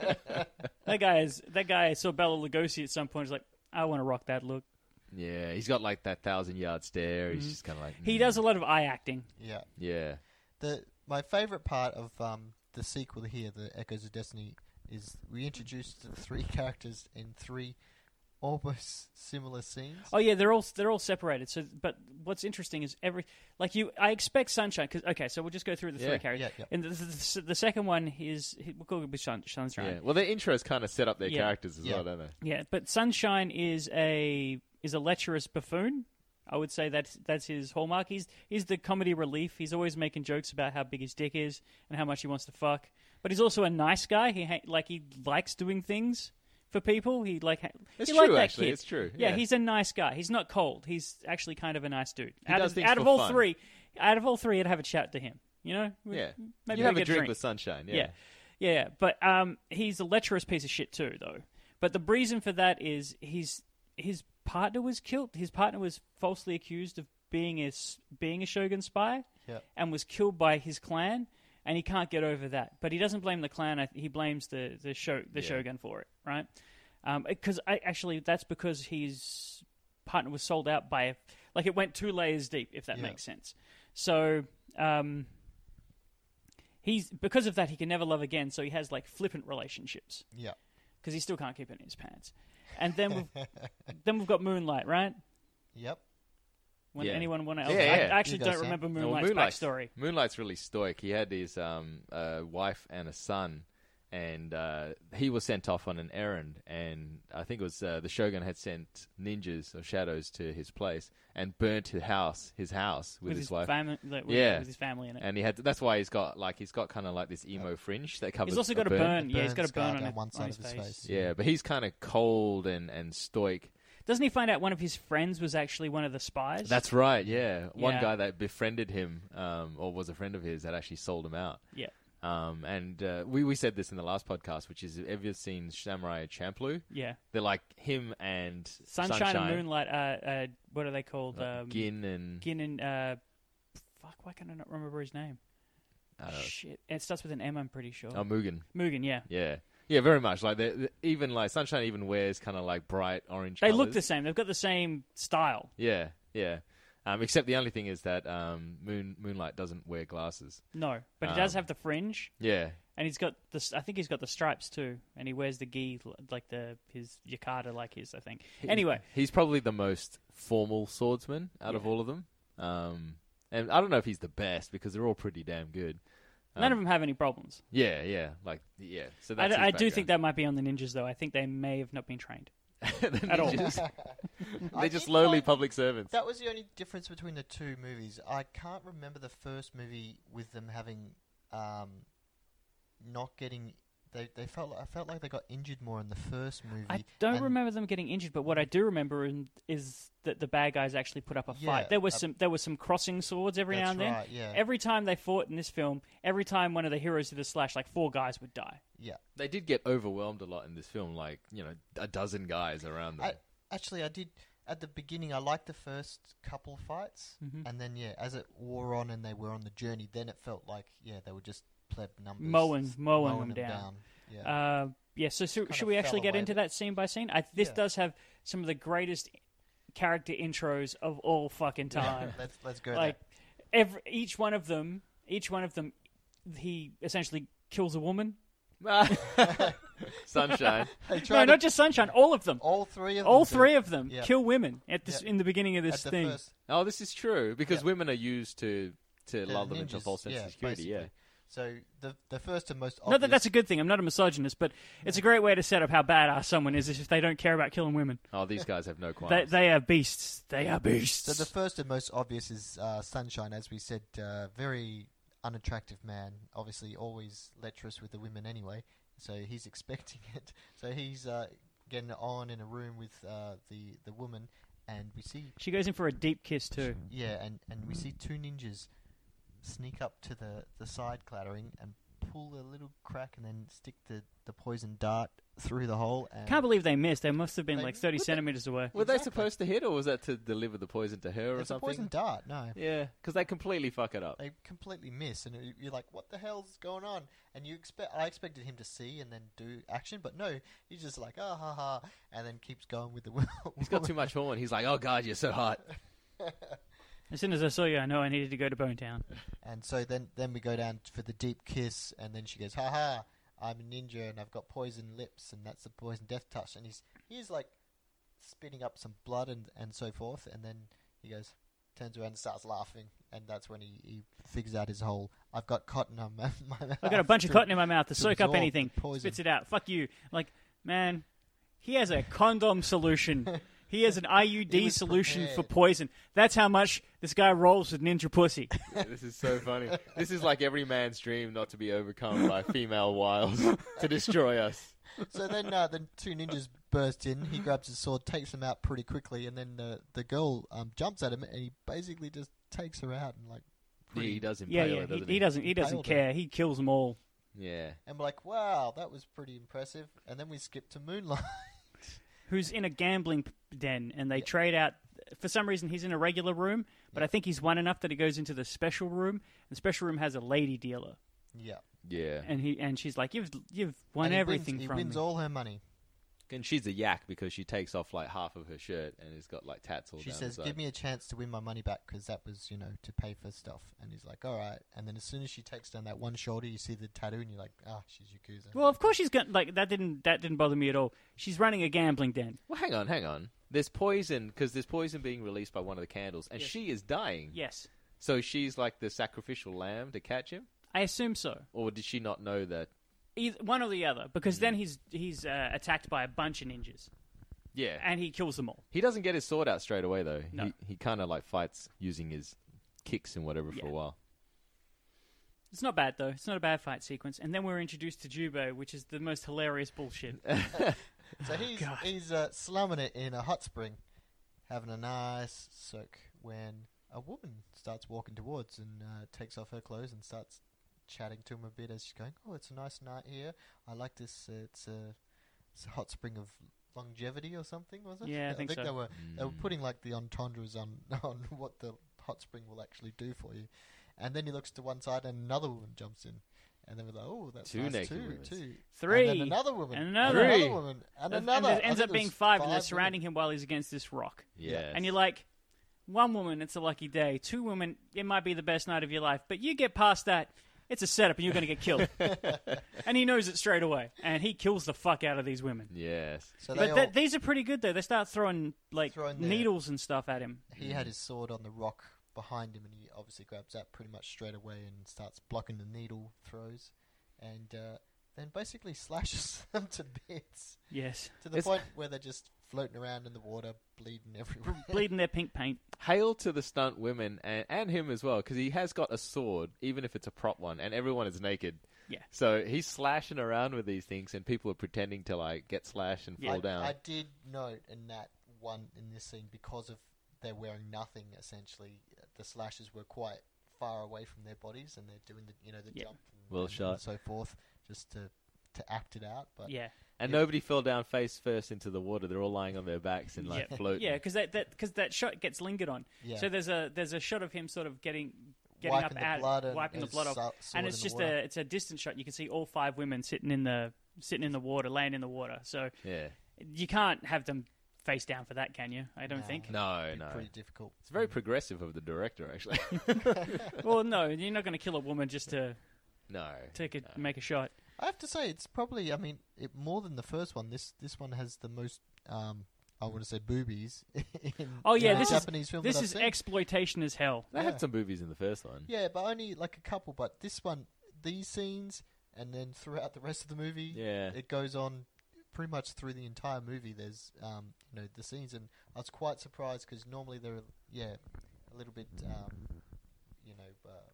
Speaker 5: that guy is that guy saw Bella Lugosi at some point. He's like, I want to rock that look.
Speaker 3: Yeah, he's got like that thousand yard stare. He's just kind of like
Speaker 5: Mm-hmm. He
Speaker 3: mm,
Speaker 5: does a lot of eye acting.
Speaker 4: Yeah.
Speaker 3: Yeah,
Speaker 4: The my favorite part of um, the sequel here, the Echoes of Destiny, is we introduced the three characters in three almost similar scenes.
Speaker 5: Oh yeah, they're all they're all separated. So, but what's interesting is every like you, I expect Sunshine because okay, so we'll just go through the
Speaker 3: Yeah.
Speaker 5: three characters.
Speaker 4: Yeah, yeah.
Speaker 5: And the, the, the second one is he- we'll call it Sun, Sunshine.
Speaker 3: yeah. Well, their intros kind of set up their
Speaker 5: Yeah.
Speaker 3: characters as
Speaker 4: Yeah.
Speaker 3: well, don't they?
Speaker 5: Yeah. but Sunshine is a is a lecherous buffoon. I would say that's that's his hallmark. He's he's the comedy relief. He's always making jokes about how big his dick is and how much he wants to fuck. But he's also a nice guy. He ha- like he likes doing things for people. He like ha-
Speaker 3: It's
Speaker 5: he liked
Speaker 3: true,
Speaker 5: that
Speaker 3: actually.
Speaker 5: kid.
Speaker 3: It's true,
Speaker 5: Yeah,
Speaker 3: yeah.
Speaker 5: he's a nice guy. He's not cold. He's actually kind of a nice dude.
Speaker 3: He
Speaker 5: out
Speaker 3: does
Speaker 5: of,
Speaker 3: things
Speaker 5: out of
Speaker 3: for
Speaker 5: all
Speaker 3: fun.
Speaker 5: three, out of all three, I'd have a chat to him. You know, We-
Speaker 3: Yeah,
Speaker 5: maybe
Speaker 3: you have
Speaker 5: we
Speaker 3: a
Speaker 5: get a
Speaker 3: drink, with sunshine. Yeah,
Speaker 5: yeah. yeah, yeah. But um, he's a lecherous piece of shit too, though. But the reason for that is his his partner was killed. His partner was falsely accused of being a s- being a shogun spy,
Speaker 4: Yeah.
Speaker 5: and was killed by his clan. And he can't get over that. But he doesn't blame the clan. I- He blames the the, sho- the shogun for it, right? Because I actually that's because his partner was sold out by a, like it went two layers deep, if that
Speaker 4: Yeah.
Speaker 5: makes sense. So. Um, he's because of that he can never love again so he has like flippant relationships
Speaker 4: Yeah.
Speaker 5: because he still can't keep it in his pants and then we've then we've got moonlight right
Speaker 4: Yep.
Speaker 5: when
Speaker 3: Yeah.
Speaker 5: anyone want to
Speaker 3: Yeah, yeah.
Speaker 5: I, I actually
Speaker 4: You go,
Speaker 5: don't
Speaker 4: Sam.
Speaker 5: remember
Speaker 3: No, well, Moonlight's-
Speaker 5: moonlight's backstory
Speaker 3: Moonlight's really stoic. He had his um, uh, wife and a son, and uh, he was sent off on an errand. And I think it was uh, the shogun had sent ninjas or shadows to his place and burnt his house, his house with,
Speaker 5: with
Speaker 3: his,
Speaker 5: his
Speaker 3: wife.
Speaker 5: family like, with,
Speaker 3: Yeah.
Speaker 5: with his family in it Uh,
Speaker 3: And he had. That's why he's got like he's got kind of like this emo fringe that covers.
Speaker 5: he's also got a burn, yeah he's
Speaker 4: burn
Speaker 5: got a
Speaker 4: scar
Speaker 5: burn on,
Speaker 4: down
Speaker 5: it-
Speaker 4: one side
Speaker 5: his
Speaker 4: of his face.
Speaker 3: Yeah, but he's kind of cold and and stoic.
Speaker 5: doesn't he find out one of his friends was actually one of the spies
Speaker 3: That's right. Yeah, one
Speaker 5: Yeah.
Speaker 3: guy that befriended him um, or was a friend of his that actually sold him out.
Speaker 5: yeah
Speaker 3: Um, and uh, we, we said this in the last podcast, which is have you seen Samurai Champloo?
Speaker 5: yeah
Speaker 3: They're like him and
Speaker 5: sunshine, and
Speaker 3: Moonlight,
Speaker 5: moonlight uh, uh what are they called
Speaker 3: Uh,
Speaker 5: um
Speaker 3: Gin and
Speaker 5: Gin and uh fuck why can i not remember his name shit it starts with an m i'm pretty sure
Speaker 3: oh, Mugen.
Speaker 5: mugen yeah
Speaker 3: Uh, Yeah, yeah, very much. Like they're, they're- even like Sunshine even wears kind of like bright orange.
Speaker 5: They
Speaker 3: colours.
Speaker 5: look the same. They've got the same style.
Speaker 3: Yeah, yeah. Um, except the only thing is that um, Moon Moonlight doesn't wear glasses.
Speaker 5: No, but he does
Speaker 3: Um,
Speaker 5: have the fringe,
Speaker 3: Yeah,
Speaker 5: and he's got the. I think he's got the stripes too, and he wears the gi like the his yukata like his. I think. Anyway,
Speaker 3: he's probably the most formal swordsman out of
Speaker 5: Yeah.
Speaker 3: all of them. Um, and I don't know if he's the best because they're all pretty damn good.
Speaker 5: none of them have any problems.
Speaker 3: Yeah, yeah, like yeah. So um,
Speaker 5: I,
Speaker 3: that's
Speaker 5: d- I do think that might be on the ninjas though. I think they may have not been trained.
Speaker 3: that
Speaker 5: at all.
Speaker 3: They're just
Speaker 4: did
Speaker 3: lowly
Speaker 4: find-
Speaker 3: public servants.
Speaker 4: That was the only difference between the two movies. I can't remember the first movie with them having, um, not getting. They, they felt like, I felt like they got injured more in the first movie.
Speaker 5: I don't
Speaker 4: and-
Speaker 5: remember them getting injured, but what I do remember in, is that the bad guys actually put up a
Speaker 4: Yeah,
Speaker 5: fight. There were
Speaker 4: uh,
Speaker 5: some there were some crossing swords every
Speaker 4: That's
Speaker 5: now and then.
Speaker 4: right, yeah.
Speaker 5: Every time they fought in this film, every time one of the heroes did a slash, like four guys would die.
Speaker 4: Yeah,
Speaker 3: They did get overwhelmed a lot in this film, like you know, a dozen guys around them.
Speaker 4: I, actually, I did at the beginning. I liked the first couple fights,
Speaker 5: Mm-hmm.
Speaker 4: and then yeah, as it wore on and they were on the journey, then it felt like yeah, they were just pleb numbers,
Speaker 5: Mowing-
Speaker 4: s-
Speaker 5: mowing them down.
Speaker 4: Yeah,
Speaker 5: Uh, yeah, so, so
Speaker 4: Kind
Speaker 5: should
Speaker 4: of
Speaker 5: we
Speaker 4: fell
Speaker 5: actually get
Speaker 4: away
Speaker 5: into
Speaker 4: there.
Speaker 5: that scene by scene? I, this
Speaker 4: Yeah.
Speaker 5: does have some of the greatest character intros of all fucking time.
Speaker 4: let's let's go.
Speaker 5: like
Speaker 4: Like,
Speaker 5: every each one of them, each one of them, he essentially kills a woman.
Speaker 3: Sunshine.
Speaker 4: they
Speaker 5: No,
Speaker 4: tried to-
Speaker 5: not just Sunshine. All of them. All,
Speaker 4: all three of them did.
Speaker 5: three of them
Speaker 4: Yeah.
Speaker 5: kill women at this
Speaker 4: Yeah.
Speaker 5: in the beginning of this
Speaker 4: at the
Speaker 5: thing.
Speaker 4: first
Speaker 3: oh, this is true because
Speaker 4: Yeah.
Speaker 3: women are used to to
Speaker 4: Yeah,
Speaker 3: lull them into a
Speaker 4: ninjas,
Speaker 3: false sense
Speaker 4: yeah,
Speaker 3: of security. Yeah,
Speaker 4: basically. So the the first and most obvious.
Speaker 5: Not that that's a good thing. I'm not a misogynist, but it's a great way to set up how badass someone is if they don't care about killing women.
Speaker 3: oh, these guys have no
Speaker 5: They,
Speaker 3: qualms.
Speaker 5: they are beasts. They are beasts.
Speaker 4: so the first and most obvious is uh, Sunshine, as we said, uh, very unattractive man. Obviously, always lecherous with the women anyway. So he's expecting it. So he's uh, getting on in a room with uh, the the woman, and we see
Speaker 5: She goes in for a deep kiss too.
Speaker 4: yeah, and, and we see two ninjas sneak up to the, the side clattering and pull a little crack and then stick the, the poison dart through the hole. And
Speaker 5: Can't believe they missed. They must have been
Speaker 4: They-
Speaker 5: like thirty centimeters away.
Speaker 3: Were they
Speaker 4: Exactly.
Speaker 3: supposed to hit, or was that to deliver the poison to her or
Speaker 4: it's a
Speaker 3: something?
Speaker 4: poison dart. No,
Speaker 3: Yeah, because they completely fuck it up.
Speaker 4: they completely miss, and you- you're like, "What the hell's going on?" And you expect I expected him to see and then do action, but no, he's just like, "Ah ha ha," and then keeps going with the will.
Speaker 3: He's got too much horn. He's like, oh god, you're so hot.
Speaker 5: As soon as I saw you, I know I needed to go to Bone Town.
Speaker 4: And so then then we go down for the deep kiss, and then she goes, "Ha ha, I'm a ninja, and I've got poison lips, and that's the poison death touch." And he's he's like spitting up some blood and and so forth, and then he goes, turns around and starts laughing, and that's when he, he figures out his whole, "I've got cotton on my, my mouth."
Speaker 5: I got a bunch of
Speaker 4: to-
Speaker 5: cotton in my mouth to
Speaker 4: to
Speaker 5: soak up
Speaker 4: absorb
Speaker 5: anything.
Speaker 4: the poison.
Speaker 5: Spits it out. Fuck you. Like, man, he has a condom solution. He has an IUD
Speaker 4: was
Speaker 5: solution for
Speaker 4: prepared.
Speaker 5: poison. That's how much this guy rolls with ninja pussy.
Speaker 3: this is so funny. This is like every man's dream not to be overcome by female wiles to destroy us.
Speaker 4: So then uh, the two ninjas burst in. He grabs his sword, takes them out pretty quickly, and then the the girl um, jumps at him, and he basically just takes her out and like. pretty-
Speaker 3: he does impale
Speaker 5: yeah,
Speaker 3: her,
Speaker 5: yeah. He,
Speaker 3: doesn't
Speaker 5: he doesn't. He doesn't
Speaker 4: Impaled her.
Speaker 5: care. He kills them all.
Speaker 3: Yeah.
Speaker 4: And we're like, wow, that was pretty impressive. And then we skip to Moonlight.
Speaker 5: Who's in a gambling p- den, and they trade out. For some reason, he's in a regular room, but I think he's won enough that he goes into the special room. And the special room has a lady dealer,
Speaker 4: yeah.
Speaker 3: Yeah.
Speaker 5: and he and she's like, "You've you've won
Speaker 4: And he
Speaker 5: everything
Speaker 4: wins, He
Speaker 5: from
Speaker 4: wins
Speaker 5: me."
Speaker 4: all her money.
Speaker 3: And she's a yak because she takes off like half of her shirt and it's got like tats all
Speaker 4: She
Speaker 3: down
Speaker 4: says,
Speaker 3: the
Speaker 4: give me a chance to win my money back because that was, you know, to pay for stuff. And he's like, all right. And then as soon as she takes down that one shoulder, you see the tattoo and you're like, ah, she's Yakuza.
Speaker 5: Well, of course she's got like that didn't that didn't bother me at all. She's running a gambling den.
Speaker 3: Well, hang on, hang on. There's poison because there's poison being released by one of the candles, and
Speaker 5: Yes.
Speaker 3: she is dying.
Speaker 5: Yes,
Speaker 3: So she's like the sacrificial lamb to catch him,
Speaker 5: I assume so.
Speaker 3: or did she not know that?
Speaker 5: Either, one or the other, because then he's he's uh, attacked by a bunch of ninjas
Speaker 3: Yeah.
Speaker 5: and he kills them all.
Speaker 3: He doesn't get his sword out straight away though.
Speaker 5: No.
Speaker 3: He he kind of like fights using his kicks and whatever for
Speaker 5: Yeah.
Speaker 3: a while.
Speaker 5: It's not bad though. It's not a bad fight sequence. And then we're introduced to Jubo, which is the most hilarious bullshit.
Speaker 4: so he's,
Speaker 5: Oh, God.
Speaker 4: he's uh, slumming it in a hot spring, having a nice soak when a woman starts walking towards and uh, takes off her clothes and starts chatting to him a bit as she's going, oh, it's a nice night here. I like this. Uh, it's, a, it's a hot spring of longevity or something, was it?
Speaker 5: Yeah, I think so.
Speaker 4: they were they were
Speaker 3: Mm.
Speaker 4: putting like the entendres on on what the hot spring will actually do for you. And then he looks to one side, and another woman jumps in, and then we're like, "Oh, that's
Speaker 3: Two
Speaker 4: nice
Speaker 3: naked
Speaker 4: too,
Speaker 3: women.
Speaker 4: too."
Speaker 5: Three.
Speaker 4: and then another woman, and
Speaker 5: And another.
Speaker 3: Three.
Speaker 4: woman, and
Speaker 5: And-
Speaker 4: another.
Speaker 5: And
Speaker 4: I
Speaker 5: there ends
Speaker 4: think
Speaker 5: up
Speaker 4: it
Speaker 5: being
Speaker 4: was
Speaker 5: five, and they're
Speaker 4: women.
Speaker 5: surrounding him while he's against this rock.
Speaker 3: Yeah.
Speaker 5: And you're like, one woman, it's like a day. Two women, it might be the best night of your life. But you get past that, it's a setup and you're going to get killed. and he knows it straight away. And he kills the fuck out of these women.
Speaker 3: Yes.
Speaker 4: So they
Speaker 5: But
Speaker 4: all,
Speaker 5: th- these are pretty good, though. They start throwing, like,
Speaker 4: Throwing the-
Speaker 5: needles and stuff at him.
Speaker 4: he had his sword on the rock behind him, and he obviously grabs that pretty much straight away and starts blocking the needle throws, and uh, then basically slashes them to bits
Speaker 5: Yes.
Speaker 4: to the
Speaker 3: It's-
Speaker 4: point where they're just floating around in the water, bleeding everywhere.
Speaker 5: Bleeding their pink paint.
Speaker 3: Hail to the stunt women and, and him as well because he has got a sword, even if it's a prop one, and everyone is naked.
Speaker 5: Yeah.
Speaker 3: So he's slashing around with these things, and people are pretending to like get slashed and
Speaker 5: Yeah.
Speaker 3: fall
Speaker 4: I,
Speaker 3: down.
Speaker 4: I did note in that one in this scene because of they're wearing nothing essentially. The slashes were quite far away from their bodies, and they're doing the you know the
Speaker 5: Yeah.
Speaker 4: jump and,
Speaker 3: Well
Speaker 4: and
Speaker 3: shot.
Speaker 4: so forth just to to act it out. But
Speaker 5: Yeah.
Speaker 3: and nobody fell down face first into the water. They're all lying on their backs and like
Speaker 5: yeah.
Speaker 3: floating.
Speaker 5: Yeah, because that, that, cause that shot gets lingered on.
Speaker 4: Yeah.
Speaker 5: So there's a there's a shot of him sort of getting getting
Speaker 4: Wiping
Speaker 5: up
Speaker 4: the
Speaker 5: out,
Speaker 4: blood and-
Speaker 5: wiping the
Speaker 4: and
Speaker 5: blood off,
Speaker 4: so-
Speaker 5: and
Speaker 4: sword
Speaker 5: it's
Speaker 4: in the
Speaker 5: just
Speaker 4: water.
Speaker 5: a it's a distant shot. You can see all five women sitting in the sitting in the water, laying in the water. So
Speaker 3: Yeah.
Speaker 5: you can't have them face down for that, can you? I don't
Speaker 4: No.
Speaker 5: think.
Speaker 3: No,
Speaker 4: it'd be
Speaker 3: no.
Speaker 4: pretty difficult.
Speaker 3: It's very progressive of the director, actually.
Speaker 5: well, no, you're not going to kill a woman just to
Speaker 3: no.
Speaker 5: take a, make a shot.
Speaker 4: I have to say, it's probably I mean it more than the first one. This this one has the most. Um, I want to say boobies. in,
Speaker 5: Oh
Speaker 4: in
Speaker 5: yeah,
Speaker 4: a
Speaker 5: this
Speaker 4: Japanese
Speaker 5: is
Speaker 4: film
Speaker 5: this
Speaker 4: that I've
Speaker 5: is
Speaker 4: seen.
Speaker 5: exploitation as hell.
Speaker 3: They
Speaker 4: Yeah.
Speaker 3: had some boobies in the first one.
Speaker 4: Yeah, but only like a couple. But this one, these scenes, and then throughout the rest of the movie,
Speaker 3: Yeah.
Speaker 4: it goes on pretty much through the entire movie. There's um, you know the scenes, and I was quite surprised because normally they're yeah a little bit um, you know uh,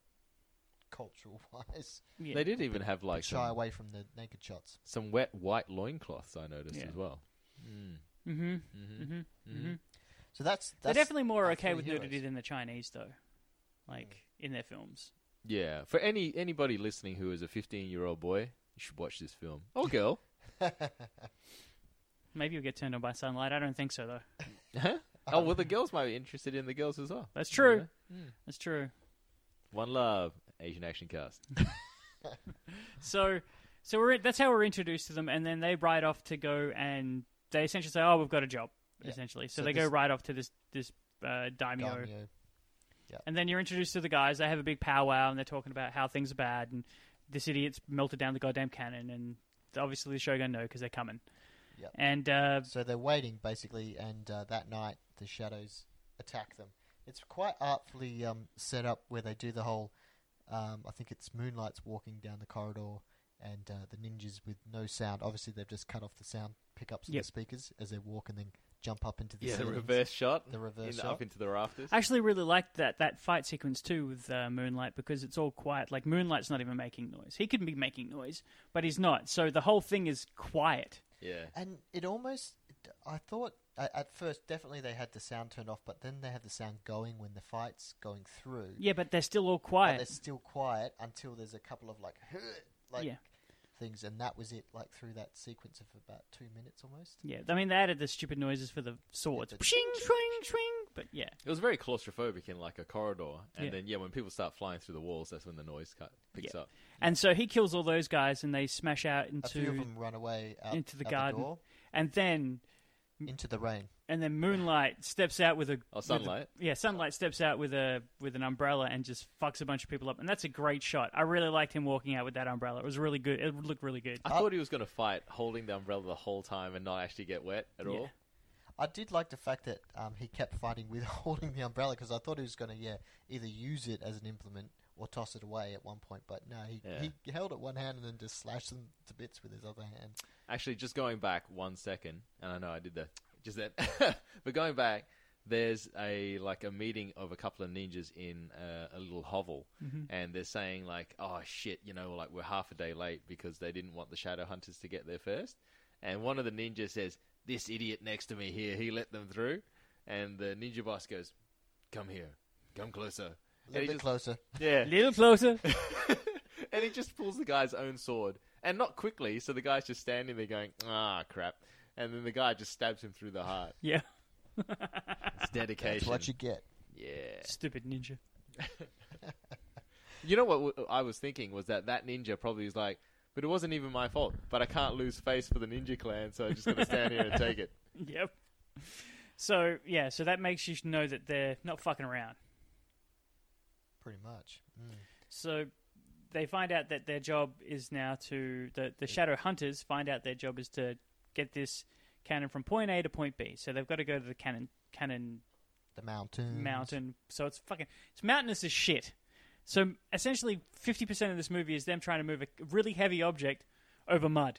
Speaker 4: cultural wise
Speaker 5: Yeah.
Speaker 3: They did even have like
Speaker 4: shy
Speaker 3: some,
Speaker 4: away from the naked shots.
Speaker 3: some wet white loincloths, I noticed
Speaker 5: Yeah.
Speaker 3: as well.
Speaker 5: Mm-hmm.
Speaker 4: So that's,
Speaker 5: They're
Speaker 4: that's
Speaker 5: Mm-hmm. definitely more
Speaker 4: our
Speaker 5: okay
Speaker 4: three
Speaker 5: with
Speaker 4: heroes.
Speaker 5: nudity than the Chinese, though. Like in their films.
Speaker 3: Yeah, for any anybody listening who is a 15 year old boy, you should watch this film. Oh, girl.
Speaker 5: Maybe you'll get turned on by sunlight. I don't think so, though.
Speaker 3: Huh? oh, well, the girls might be interested in the girls as well.
Speaker 5: That's true.
Speaker 4: Hmm.
Speaker 5: That's true.
Speaker 3: One Love, Asian Action Cast.
Speaker 5: So, so we're that's how we're introduced to them, and then they ride off to go and they essentially say, "Oh, we've got a job." Essentially,
Speaker 4: So
Speaker 5: so, they
Speaker 4: this-
Speaker 5: go right off to this this uh, daimyo,
Speaker 4: Daimyo.
Speaker 5: and then you're introduced to the guys. They have a big powwow, and they're talking about how things are bad, and this idiot's melted down the goddamn cannon, and obviously the Shogun know because they're coming.
Speaker 4: Yep.
Speaker 5: And uh,
Speaker 4: So they're waiting basically, and uh, that night the shadows attack them. It's quite artfully um, set up where they do the whole. Um, I think it's moonlight's walking down the corridor, and uh, the ninjas with no sound. Obviously, they've just cut off the sound pickups and
Speaker 5: Yep.
Speaker 4: the speakers as they walk, and then jump up into the
Speaker 3: Yeah, the
Speaker 4: ceilings.
Speaker 3: reverse shot.
Speaker 4: The reverse
Speaker 3: in- Up
Speaker 4: shot.
Speaker 3: into the rafters.
Speaker 5: I actually really liked that that fight sequence too with uh, Moonlight because it's all quiet. Like Moonlight's not even making noise. He could be making noise, but he's not. So the whole thing is quiet.
Speaker 3: Yeah.
Speaker 4: And it almost, I thought a- at first definitely they had the sound turned off, but then they have the sound going when the fight's going through.
Speaker 5: Yeah, but they're still all
Speaker 4: but they're
Speaker 5: quiet.
Speaker 4: still quiet until there's a couple of like like
Speaker 5: Yeah.
Speaker 4: things, and that was it. Like through that sequence of about two minutes almost.
Speaker 5: Yeah, I mean they added the stupid noises for the swords.
Speaker 4: Yeah, but-
Speaker 5: Pshing, swing, swing. But yeah,
Speaker 3: It was very claustrophobic in like a corridor, and
Speaker 5: Yeah.
Speaker 3: then yeah, when people start flying through the walls, that's when the noise cut picks
Speaker 5: Yeah.
Speaker 3: up.
Speaker 5: and so he kills all those guys, and they smash out
Speaker 4: A few of
Speaker 5: into
Speaker 4: them run away out,
Speaker 5: into the
Speaker 4: out
Speaker 5: garden,
Speaker 4: door,
Speaker 5: and then
Speaker 4: into the rain.
Speaker 5: and then Moonlight steps out with a
Speaker 3: Oh,
Speaker 5: with a-
Speaker 3: sunlight.
Speaker 5: yeah, sunlight steps out with a with an umbrella and just fucks a bunch of people up, and that's a great shot. I really liked him walking out with that umbrella. It was really good. It looked really good.
Speaker 3: I thought he was going to fight holding the umbrella the whole time and not actually get wet at all.
Speaker 4: I did like the fact that um, he kept fighting with holding the umbrella because I thought he was going to yeah either use it as an implement or toss it away at one point, but no, he,
Speaker 3: Yeah.
Speaker 4: he held it one hand and then just slashed them to bits with his other hand.
Speaker 3: Actually, just going back one second, and I know I did that, just that, but going back, there's a like a meeting of a couple of ninjas in a, a little hovel, and they're saying like, "Oh shit, you know, like we're half a day late because they didn't want the shadow hunters to get there first. And one of the ninjas says, "This idiot next to me here, he let them through," and the ninja boss goes, "Come here, come closer."
Speaker 4: A
Speaker 3: And he
Speaker 4: little bit
Speaker 3: just-
Speaker 4: closer.
Speaker 3: Yeah,
Speaker 5: A little closer.
Speaker 3: and he just pulls the guy's own sword, and not quickly. So the guy's just standing there going, "Ah, crap!" And then the guy just stabs him through the heart.
Speaker 5: yeah,
Speaker 3: It's dedication.
Speaker 4: That's what you get.
Speaker 3: Yeah.
Speaker 5: stupid ninja.
Speaker 3: You know what w- I was thinking was that that ninja probably is like, but it wasn't even my fault. But I can't lose face for the ninja clan, so I'm just gonna stand here and take it.
Speaker 5: Yep. So yeah, so that makes you know that they're not fucking around.
Speaker 4: Pretty much. Mm.
Speaker 5: So they find out that their job is now to the the shadow hunters find out their job is to get this cannon from point A to point B. So they've got to go to the cannon cannon
Speaker 4: The mountain.
Speaker 5: mountain. So it's fucking it's mountainous as shit. So essentially, fifty percent of this movie is them trying to move a really heavy object over mud.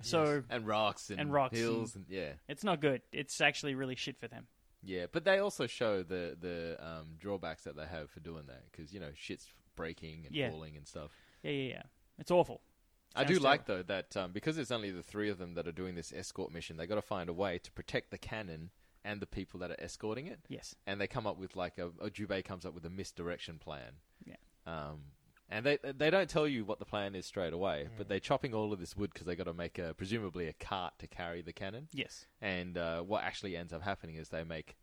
Speaker 5: So
Speaker 3: And rocks and,
Speaker 5: And rocks
Speaker 3: hills and, yeah,
Speaker 5: it's not good. It's actually really shit for them.
Speaker 3: yeah. But they also show the the um, drawbacks that they have for doing that because you know shit's breaking and
Speaker 5: Yeah.
Speaker 3: falling and stuff.
Speaker 5: Yeah, yeah, yeah. It's awful.
Speaker 3: I do
Speaker 5: Sounds
Speaker 3: like though that um, because it's only the three of them that are doing this escort mission, they got to find a way to protect the cannon and the people that are escorting it.
Speaker 5: Yes.
Speaker 3: And they come up with like a, a Jubei comes up with a misdirection plan.
Speaker 5: Yeah.
Speaker 3: Um, and they they don't tell you what the plan is straight away,
Speaker 5: Mm.
Speaker 3: but they're chopping all of this wood because they got to make a presumably a cart to carry the cannon.
Speaker 5: Yes.
Speaker 3: And uh, what actually ends up happening is they make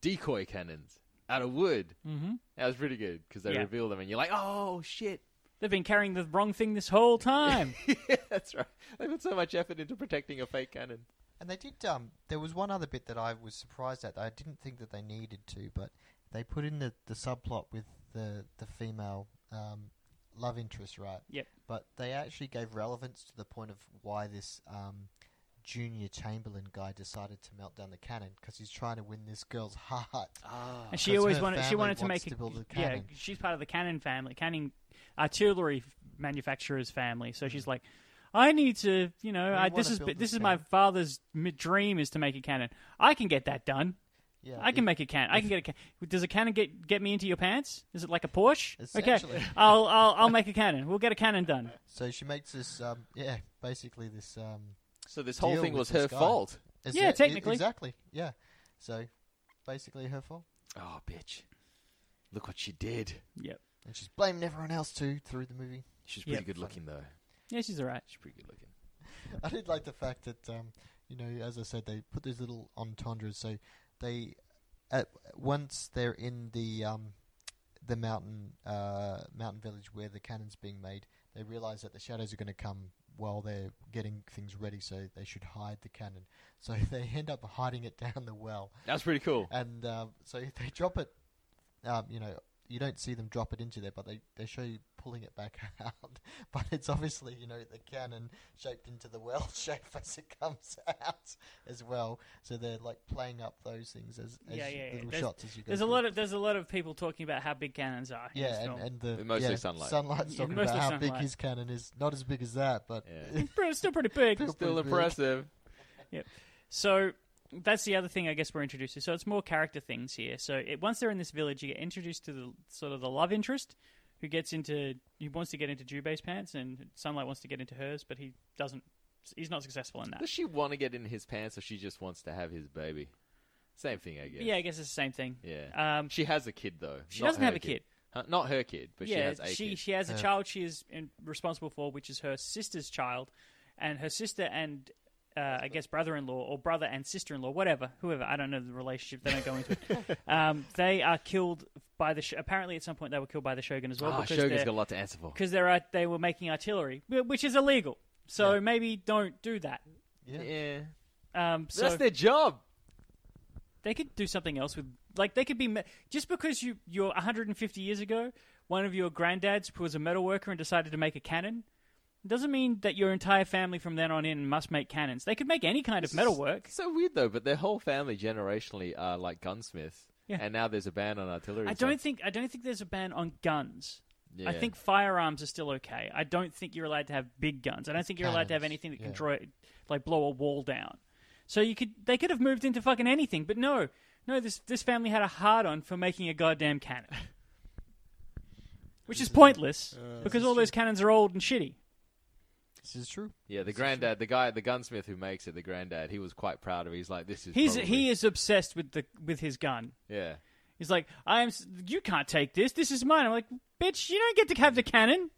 Speaker 3: decoy cannons out of wood. Mm-hmm. That was pretty good because they
Speaker 5: Yeah.
Speaker 3: reveal them, and you're like, oh shit.
Speaker 5: They've been carrying the wrong thing this whole time.
Speaker 3: yeah, that's right. They put so much effort into protecting a fake cannon.
Speaker 4: And they did. Um, there was one other bit that I was surprised at. I didn't think that they needed to, but they put in the, the subplot with the the female um, love interest, right?
Speaker 5: Yep.
Speaker 4: But they actually gave relevance to the point of why this um, junior chamberlain guy decided to melt down the cannon because he's trying to win this girl's heart.
Speaker 5: Ah, and she
Speaker 4: Oh, 'Cause
Speaker 5: always
Speaker 4: her
Speaker 5: wanted. She
Speaker 4: family
Speaker 5: wanted to
Speaker 4: wants
Speaker 5: make
Speaker 4: to
Speaker 5: it.
Speaker 4: build a
Speaker 5: yeah,
Speaker 4: cannon.
Speaker 5: she's part of the Cannon family, Cannon artillery f- manufacturer's family. So she's like, I need to, you know, I,
Speaker 4: Hmm. wanna
Speaker 5: this is
Speaker 4: build
Speaker 5: this
Speaker 4: this
Speaker 5: is my
Speaker 4: cannon."
Speaker 5: father's mi- dream is to make a cannon. I can get that done.
Speaker 4: Yeah,
Speaker 5: I can
Speaker 4: it-
Speaker 5: make a cannon. I can get a cannon. Does a cannon get get me into your pants? Is it like a Porsche? Okay,
Speaker 4: Essentially.
Speaker 5: I'll I'll I'll make a cannon. We'll get a cannon done.
Speaker 4: So she makes this. Um, yeah, basically this. Um,
Speaker 3: So this whole
Speaker 4: deal
Speaker 3: thing
Speaker 4: with
Speaker 3: was
Speaker 4: this
Speaker 3: her
Speaker 4: guy.
Speaker 3: fault.
Speaker 4: is
Speaker 5: Yeah,
Speaker 4: that- i-
Speaker 5: technically.
Speaker 4: exactly. Yeah. So basically her fault,
Speaker 3: Oh, bitch! Look what she did.
Speaker 5: Yep.
Speaker 4: and she's blaming everyone else too through the movie.
Speaker 3: She's pretty
Speaker 5: Yep.
Speaker 3: good looking though.
Speaker 5: Yeah, she's all right.
Speaker 3: She's pretty good looking.
Speaker 4: I did like the fact that um, you know, as I said, they put these little entendres. So they, at once they're in the um, the mountain uh, mountain village where the cannon's being made, they realize that the shadows are going to come while they're getting things ready. So they should hide the cannon. So they end up hiding it down the well,
Speaker 3: That's pretty cool.
Speaker 4: and um, so they drop it. Um, you know, you don't see them drop it into there, but they, they show you pulling it back out. but it's obviously you know the cannon shaped into the well shape as it comes out as well. So they're like playing up those things as, as
Speaker 5: Yeah, yeah, yeah.
Speaker 4: little
Speaker 5: There's-
Speaker 4: shots as you go.
Speaker 5: There's a lot of there's a lot of people talking about how big cannons are. in this
Speaker 4: yeah, and,
Speaker 5: film.
Speaker 4: and the
Speaker 3: Mostly
Speaker 4: yeah,
Speaker 3: sunlight.
Speaker 4: Sunlight's
Speaker 5: Yeah,
Speaker 4: talking
Speaker 5: mostly
Speaker 4: about how big
Speaker 5: sunlight.
Speaker 4: his cannon is. Not as big as that, but
Speaker 3: Yeah.
Speaker 5: But it's still pretty big.
Speaker 4: Still
Speaker 3: Still
Speaker 4: pretty big.
Speaker 3: impressive.
Speaker 5: So that's the other thing I guess we're introduced to. So it's more character things here. So it, once they're in this village, you get introduced to the sort of the love interest who gets into who wants to get into Jubei's pants, and Sunlight wants to get into hers, but he doesn't. He's not successful in that.
Speaker 3: Does she want to get in his pants, or she just wants to have his baby? Same thing, I guess.
Speaker 5: Yeah, I guess it's the same thing.
Speaker 3: Yeah.
Speaker 5: Um,
Speaker 3: she has a kid though.
Speaker 5: she
Speaker 3: Not
Speaker 5: doesn't
Speaker 3: her
Speaker 5: have a kid.
Speaker 3: Huh? Not her kid, but she
Speaker 5: yeah,
Speaker 3: has a
Speaker 5: she,
Speaker 3: kid.
Speaker 5: she has a
Speaker 4: Yeah.
Speaker 5: child she is in, responsible for, which is her sister's child, and her sister and uh, I guess brother-in-law or brother and sister-in-law, whatever, whoever. I don't know the relationship. They don't go into it. Um, they are killed by the. Sh- apparently, at some point, they were killed by the shogun as well
Speaker 3: Ah,
Speaker 5: because
Speaker 3: Shogun's
Speaker 5: they're-
Speaker 3: got a lot to answer for.
Speaker 5: because they're out- they were making artillery, wh- which is illegal. So
Speaker 4: Yeah.
Speaker 5: maybe don't do that.
Speaker 4: yeah.
Speaker 3: Yeah,
Speaker 5: Um, so
Speaker 3: that's their job.
Speaker 5: they could do something else with like they could be me- just because you you're 150 years ago one of your granddads who was a metal worker and decided to make a cannon doesn't mean that your entire family from then on in must make cannons they could make any kind of metal work
Speaker 3: It's so weird though, but their whole family generationally are like gunsmiths.
Speaker 5: Yeah.
Speaker 3: And now there's a ban on artillery.
Speaker 5: i
Speaker 3: so-
Speaker 5: don't think i don't think there's a ban on guns I
Speaker 3: Yeah.
Speaker 5: think firearms are still okay. I don't think you're allowed to have big guns. I don't think you're allowed to have
Speaker 4: Cannons,
Speaker 5: anything that can
Speaker 4: yeah.
Speaker 5: draw, like blow a wall down. So you could they could have moved into fucking anything, but no, no. This this family had a hard on for making a goddamn cannon, which is pointless because all those cannons are old and shitty.
Speaker 4: This is true.
Speaker 3: Yeah, the granddad, the guy, the gunsmith who makes it, the granddad, he was quite proud of. it. He's like, this is.
Speaker 5: He's
Speaker 3: probably-
Speaker 5: he is obsessed with the with his gun.
Speaker 3: Yeah.
Speaker 5: He's like, I am. s- You can't take this. This is mine. I'm like, bitch, you don't get to have the cannon.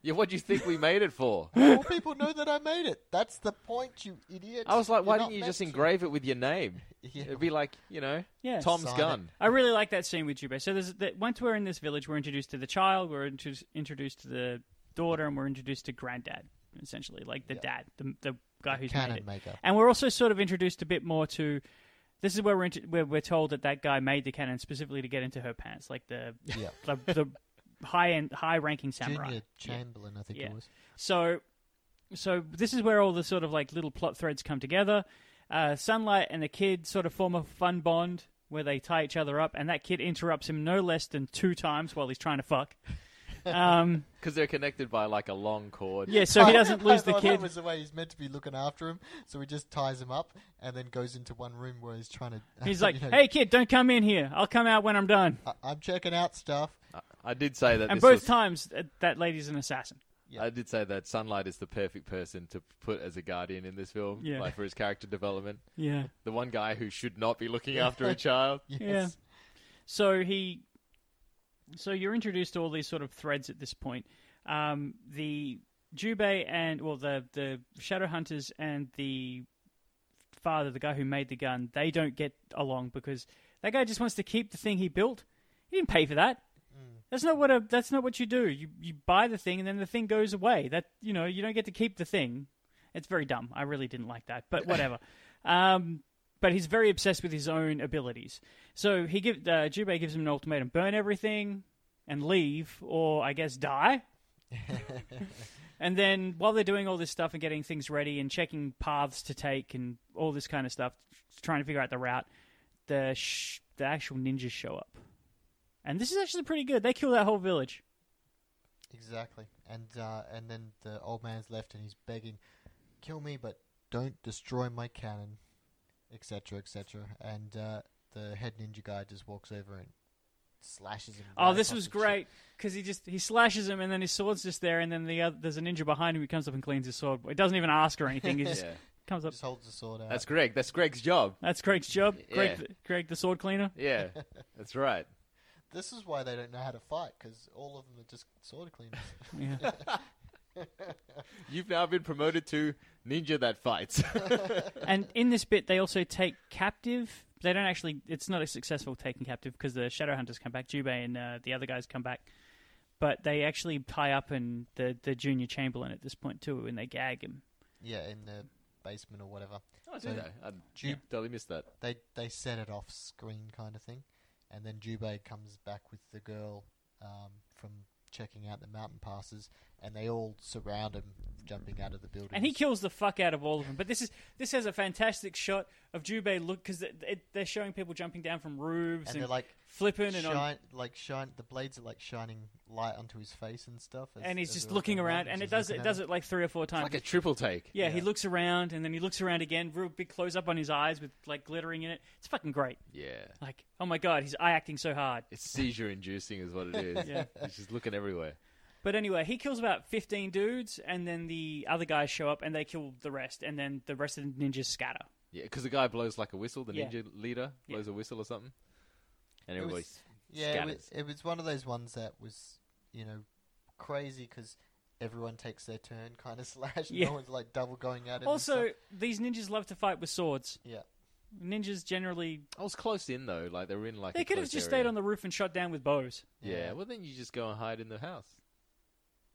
Speaker 3: Yeah. What do you think we made it for?
Speaker 4: All people know that I made it. That's the point, you idiot.
Speaker 3: I was like,
Speaker 4: You're
Speaker 3: why
Speaker 4: not
Speaker 3: didn't you just
Speaker 4: meant to."
Speaker 3: engrave it with your name?
Speaker 4: Yeah.
Speaker 3: It'd be like, you know,
Speaker 5: Yeah.
Speaker 3: Tom's
Speaker 4: Sign it.
Speaker 3: gun.
Speaker 5: I really like that scene with Jubei. So there's that once we're in this village, we're introduced to the child, we're intro- introduced to the daughter, and we're introduced to granddad, essentially, like the dad, the, the guy who's
Speaker 4: cannon
Speaker 5: made it.
Speaker 4: maker.
Speaker 5: And we're also sort of introduced a bit more to. This is where we're into, where we're told that that guy made the cannon specifically to get into her pants, like the
Speaker 4: Yeah.
Speaker 5: the, the high end high ranking samurai.
Speaker 4: Junior Chamberlain, I think
Speaker 5: Yeah.
Speaker 4: it was.
Speaker 5: So, so this is where all the sort of like little plot threads come together. Uh, Sunlight and the kid sort of form a fun bond where they tie each other up, and that kid interrupts him no less than two times while he's trying to fuck. Um,
Speaker 3: Because they're connected by like a long cord.
Speaker 5: yeah, so he doesn't lose
Speaker 4: I
Speaker 5: the
Speaker 4: thought
Speaker 5: kid.
Speaker 4: Oh, That was the way he's meant to be looking after him, so he just ties him up and then goes into one room where he's trying to.
Speaker 5: He's
Speaker 4: you
Speaker 5: like,
Speaker 4: know,
Speaker 5: "Hey, kid, don't come in here. I'll come out when I'm done."
Speaker 4: I- I'm checking out stuff."
Speaker 3: I, I did say that.
Speaker 5: And
Speaker 3: this
Speaker 5: both
Speaker 3: was,
Speaker 5: times, uh, that lady's an assassin.
Speaker 3: I did say that Sunlight is the perfect person to put as a guardian in this film,
Speaker 5: Yeah.
Speaker 3: like for his character development.
Speaker 5: Yeah,
Speaker 3: The one guy who should not be looking after a child.
Speaker 4: Yes.
Speaker 5: Yeah. So he, so you're introduced to all these sort of threads at this point. Um, the Jubei and well, the the Shadow Hunters and the father, the guy who made the gun, they don't get along because that guy just wants to keep the thing he built. He didn't pay for that. That's not what a, that's not what you do. You you buy the thing and then the thing goes away. That you know you don't get to keep the thing. It's very dumb. I really didn't like that, but whatever. um, but he's very obsessed with his own abilities. So he give uh, Jubei gives him an ultimatum: burn everything and leave, or I guess die. and then while they're doing all this stuff and getting things ready and checking paths to take and all this kind of stuff, trying to figure out the route, the sh- the actual ninjas show up. And this is actually pretty good. They kill that whole village.
Speaker 4: Exactly. And uh, and then the old man's left and he's begging, "Kill me, but don't destroy my cannon," etc., etc. And uh, the head ninja guy just walks over and slashes him.
Speaker 5: Oh,
Speaker 4: right
Speaker 5: this
Speaker 4: across
Speaker 5: was
Speaker 4: the chin.
Speaker 5: great because he just he slashes him and then his sword's just there and then the other, there's a ninja behind him who comes up and cleans his sword. It doesn't even ask or anything. He just
Speaker 3: Yeah.
Speaker 5: comes up.
Speaker 4: Just holds the sword out.
Speaker 3: That's Greg. That's Greg's job.
Speaker 5: That's Greg's job. Greg,
Speaker 3: Yeah.
Speaker 5: the, Greg the sword cleaner.
Speaker 3: Yeah, that's right.
Speaker 4: This is why they don't know how to fight because all of them are just sword cleaners.
Speaker 5: Yeah.
Speaker 3: You've now been promoted to ninja that fights.
Speaker 5: and in this bit, they also take captive. They don't actually. It's not a successful taking captive because the Shadowhunters come back, Jubei and uh, the other guys come back. But they actually tie up in the the junior chamberlain at this point too, and they gag him.
Speaker 4: yeah, in the basement or whatever.
Speaker 3: oh,
Speaker 4: So-
Speaker 3: did I? I totally missed that.
Speaker 4: They they set it off screen kind of thing, and then Jubei comes back with the girl um, from checking out the mountain passes, and they all surround him, jumping out of the building.
Speaker 5: And he kills the fuck out of all of them. But this is this has a fantastic shot of Jubei look because they're showing people jumping down from roofs
Speaker 4: And
Speaker 5: and,
Speaker 4: they're like
Speaker 5: flipping and on
Speaker 4: shine like shine. The blades are like shining light onto his face and stuff. as-
Speaker 5: and he's
Speaker 4: as
Speaker 5: just
Speaker 4: they're all
Speaker 5: looking
Speaker 4: going
Speaker 5: around,
Speaker 4: he's
Speaker 5: and it
Speaker 4: just
Speaker 5: does
Speaker 4: looking
Speaker 5: it
Speaker 4: at
Speaker 5: does
Speaker 4: him.
Speaker 5: it like three or four times.
Speaker 3: Like a triple take.
Speaker 5: yeah, he
Speaker 4: yeah.
Speaker 5: looks around, and then he looks around again, real big close up on his eyes with like glittering in it. It's fucking great.
Speaker 3: Yeah.
Speaker 5: Like, oh my god, he's eye acting so hard.
Speaker 3: It's seizure inducing, is what it is.
Speaker 5: Yeah.
Speaker 3: He's just looking everywhere.
Speaker 5: But anyway, he kills about fifteen dudes, and then the other guys show up and they kill the rest, and then the rest of the ninjas scatter.
Speaker 3: Yeah, because the guy blows like a whistle. The
Speaker 5: Yeah.
Speaker 3: ninja leader
Speaker 5: Yeah.
Speaker 3: blows a whistle or something, and
Speaker 4: It was-
Speaker 3: everybody
Speaker 4: Yeah, it was,
Speaker 3: scatters.
Speaker 4: it was one of those ones that was, you know, crazy because everyone takes their turn, kind of slash.
Speaker 5: Yeah.
Speaker 4: No one's like double going at it. and
Speaker 5: Also,
Speaker 4: stuff.
Speaker 5: these ninjas love to fight with swords.
Speaker 4: yeah,
Speaker 5: Ninjas generally
Speaker 3: I was close in though. Like they were in like
Speaker 5: they
Speaker 3: a
Speaker 5: could have
Speaker 3: close
Speaker 5: just
Speaker 3: area.
Speaker 5: stayed on the roof and shot down with bows.
Speaker 3: Yeah.
Speaker 4: Yeah.
Speaker 3: Well, then you just go and hide in the house.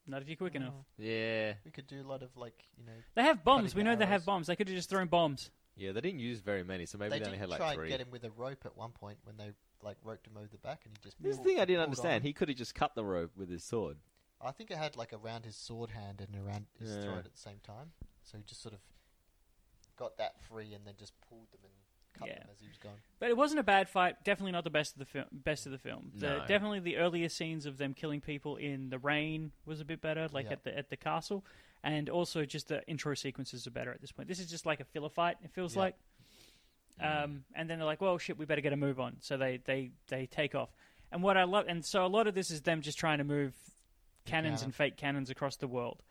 Speaker 5: Not if you're quick enough.
Speaker 3: Yeah.
Speaker 4: we could do a lot of like, you know,
Speaker 5: They have bombs.
Speaker 4: Cutting
Speaker 5: We know they have
Speaker 4: arrows.
Speaker 5: bombs. They could have just thrown bombs.
Speaker 3: Yeah. They didn't use very many, so maybe
Speaker 4: they
Speaker 3: they, only
Speaker 4: did
Speaker 3: had
Speaker 4: try
Speaker 3: like
Speaker 4: and
Speaker 3: three.
Speaker 4: get him with a rope at one point when they like roped him over the back, and he just.
Speaker 3: This is
Speaker 4: pulled-
Speaker 3: the thing I didn't
Speaker 4: pulled on
Speaker 3: understand.
Speaker 4: him.
Speaker 3: He could have just cut the rope with his sword.
Speaker 4: I think it had like around his sword hand and around his
Speaker 3: Yeah.
Speaker 4: throat at the same time, so he just sort of got that free and then just pulled them and cut
Speaker 5: Yeah.
Speaker 4: them as he was going.
Speaker 5: But it wasn't a bad fight. Definitely not the best of the film. Best of the film. The,
Speaker 3: No.
Speaker 5: Definitely the earlier scenes of them killing people in the rain was a bit better, like
Speaker 4: Yeah.
Speaker 5: at the at the castle, and also just the intro sequences are better at this point. This is just like a filler fight. It feels
Speaker 4: Yeah. Mm.
Speaker 5: like. Um, and then they're like, "Well, shit, we better get a move on." So they they they take off. And what I love, and so a lot of this is them just trying to move cannons
Speaker 4: cannon.
Speaker 5: and fake cannons across the world.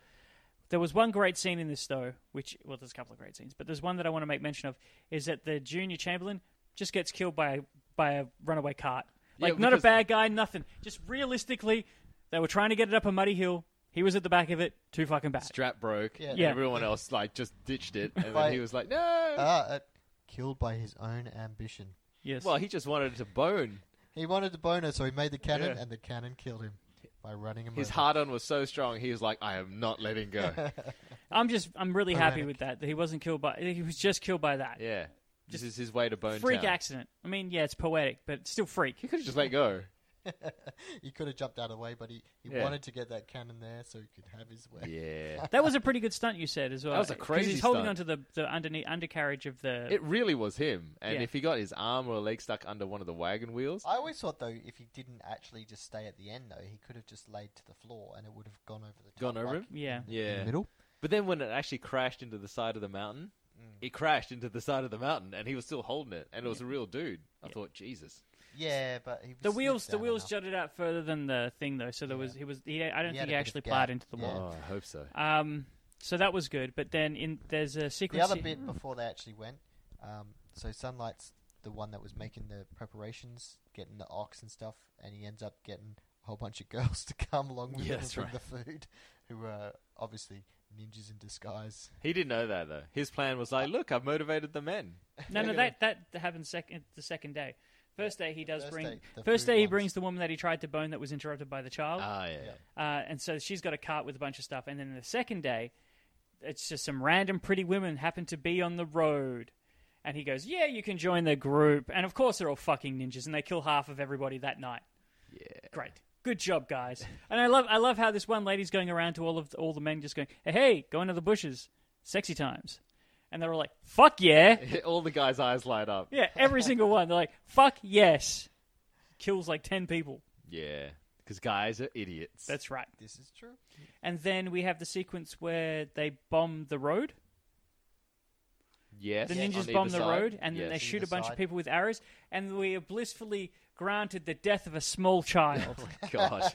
Speaker 5: There was one great scene in this though, which well, there's a couple of great scenes, but there's one that I want to make mention of is that the junior chamberlain just gets killed by a, by a runaway cart.
Speaker 3: Yeah,
Speaker 5: Like not a
Speaker 3: because-
Speaker 5: bad guy, nothing. Just realistically, they were trying to get it up a muddy hill. He was at the back of it, too fucking bad.
Speaker 3: Strap broke.
Speaker 4: Yeah.
Speaker 3: and
Speaker 5: Yeah.
Speaker 3: Everyone else like just ditched it, and then
Speaker 4: Like-
Speaker 3: he was like, "No."
Speaker 4: Ah, uh, killed by his own ambition.
Speaker 5: yes.
Speaker 3: well, he just wanted to bone.
Speaker 4: He wanted the boner, so he made the cannon,
Speaker 3: Yeah.
Speaker 4: and the cannon killed him by running him
Speaker 3: His
Speaker 4: over.
Speaker 3: hard on was so strong. He was like, "I am not letting go."
Speaker 5: I'm just I'm really happy
Speaker 4: Ironic.
Speaker 5: with that that he wasn't killed by he was just killed by that.
Speaker 3: yeah. This is his way to bone.
Speaker 5: freak
Speaker 3: town.
Speaker 5: accident. I mean, yeah, it's poetic, but it's still freak.
Speaker 3: He could have just let go.
Speaker 4: He could have jumped out of the way, but he, he
Speaker 3: Yeah.
Speaker 4: wanted to get that cannon there so he could have his way.
Speaker 3: Yeah.
Speaker 5: That was a pretty good stunt you said as well.
Speaker 3: That was a
Speaker 5: 'Cause
Speaker 3: crazy
Speaker 5: He's holding
Speaker 3: stunt.
Speaker 5: onto the the underneath undercarriage of the.
Speaker 3: It really was him. And
Speaker 5: Yeah.
Speaker 3: if he got his arm or leg stuck under one of the wagon wheels,
Speaker 4: I always thought though, if he didn't actually just stay at the end though, he could have just laid to the floor and it would have gone over the top.
Speaker 3: Gone over him?
Speaker 4: like,
Speaker 5: yeah.
Speaker 4: In the
Speaker 3: yeah.
Speaker 4: middle.
Speaker 3: But then when it actually crashed into the side of the mountain, it crashed into the side of the mountain and he was still holding it. And it was a real dude. I thought, Jesus.
Speaker 4: Yeah, but he was
Speaker 5: The
Speaker 4: sniffed
Speaker 5: wheels, the
Speaker 4: down
Speaker 5: wheels
Speaker 4: enough.
Speaker 5: jutted out further than the thing though, so there was he was he. I don't
Speaker 4: He had a
Speaker 5: think he
Speaker 4: bit of
Speaker 5: actually plowed
Speaker 4: gap.
Speaker 5: into the
Speaker 4: Yeah.
Speaker 5: wall.
Speaker 3: Oh, I hope so.
Speaker 5: Um, so that was good, but then in there's a
Speaker 4: The
Speaker 5: sequence.
Speaker 4: other bit before they actually went, um, so Sunlight's the one that was making the preparations, getting the ox and stuff, and he ends up getting a whole bunch of girls to come along with
Speaker 3: Yeah,
Speaker 4: him
Speaker 3: that's
Speaker 4: from
Speaker 3: right.
Speaker 4: the food, who are obviously ninjas in disguise.
Speaker 3: He didn't know that, though. His plan was like, look, I've motivated the men.
Speaker 5: No, no, that that happens second the second day. First day he does
Speaker 4: First
Speaker 5: bring.
Speaker 4: day, the
Speaker 5: first
Speaker 4: food
Speaker 5: day he
Speaker 4: ones.
Speaker 5: brings the woman that he tried to bone that was interrupted by the child.
Speaker 3: Ah, yeah.
Speaker 5: Uh, and so she's got a cart with a bunch of stuff. And then the second day, it's just some random pretty women happen to be on the road. And he goes, Yeah, you can join the group. And of course, they're all fucking ninjas and they kill half of everybody that night. Yeah. Great. Good job, guys. And I love, I love how this one lady's going around to all of the, all the men, just going, "Hey, hey, go into the bushes, sexy times," and they're all like, "Fuck yeah,
Speaker 3: All the guys' eyes light up.
Speaker 5: yeah!" Every single one, they're like, "Fuck yes," kills like ten people.
Speaker 3: Yeah. Because guys are idiots.
Speaker 5: That's right.
Speaker 4: This is true.
Speaker 5: And then we have the sequence where they bomb the road.
Speaker 3: yes.
Speaker 5: The
Speaker 4: Yes.
Speaker 3: on
Speaker 5: ninjas
Speaker 3: either
Speaker 5: bomb the
Speaker 3: side.
Speaker 5: road, and then
Speaker 3: Yes.
Speaker 5: they shoot a bunch of
Speaker 4: side.
Speaker 5: people with arrows,
Speaker 3: Oh,
Speaker 5: and we are blissfully granted the death of a small child.
Speaker 3: God.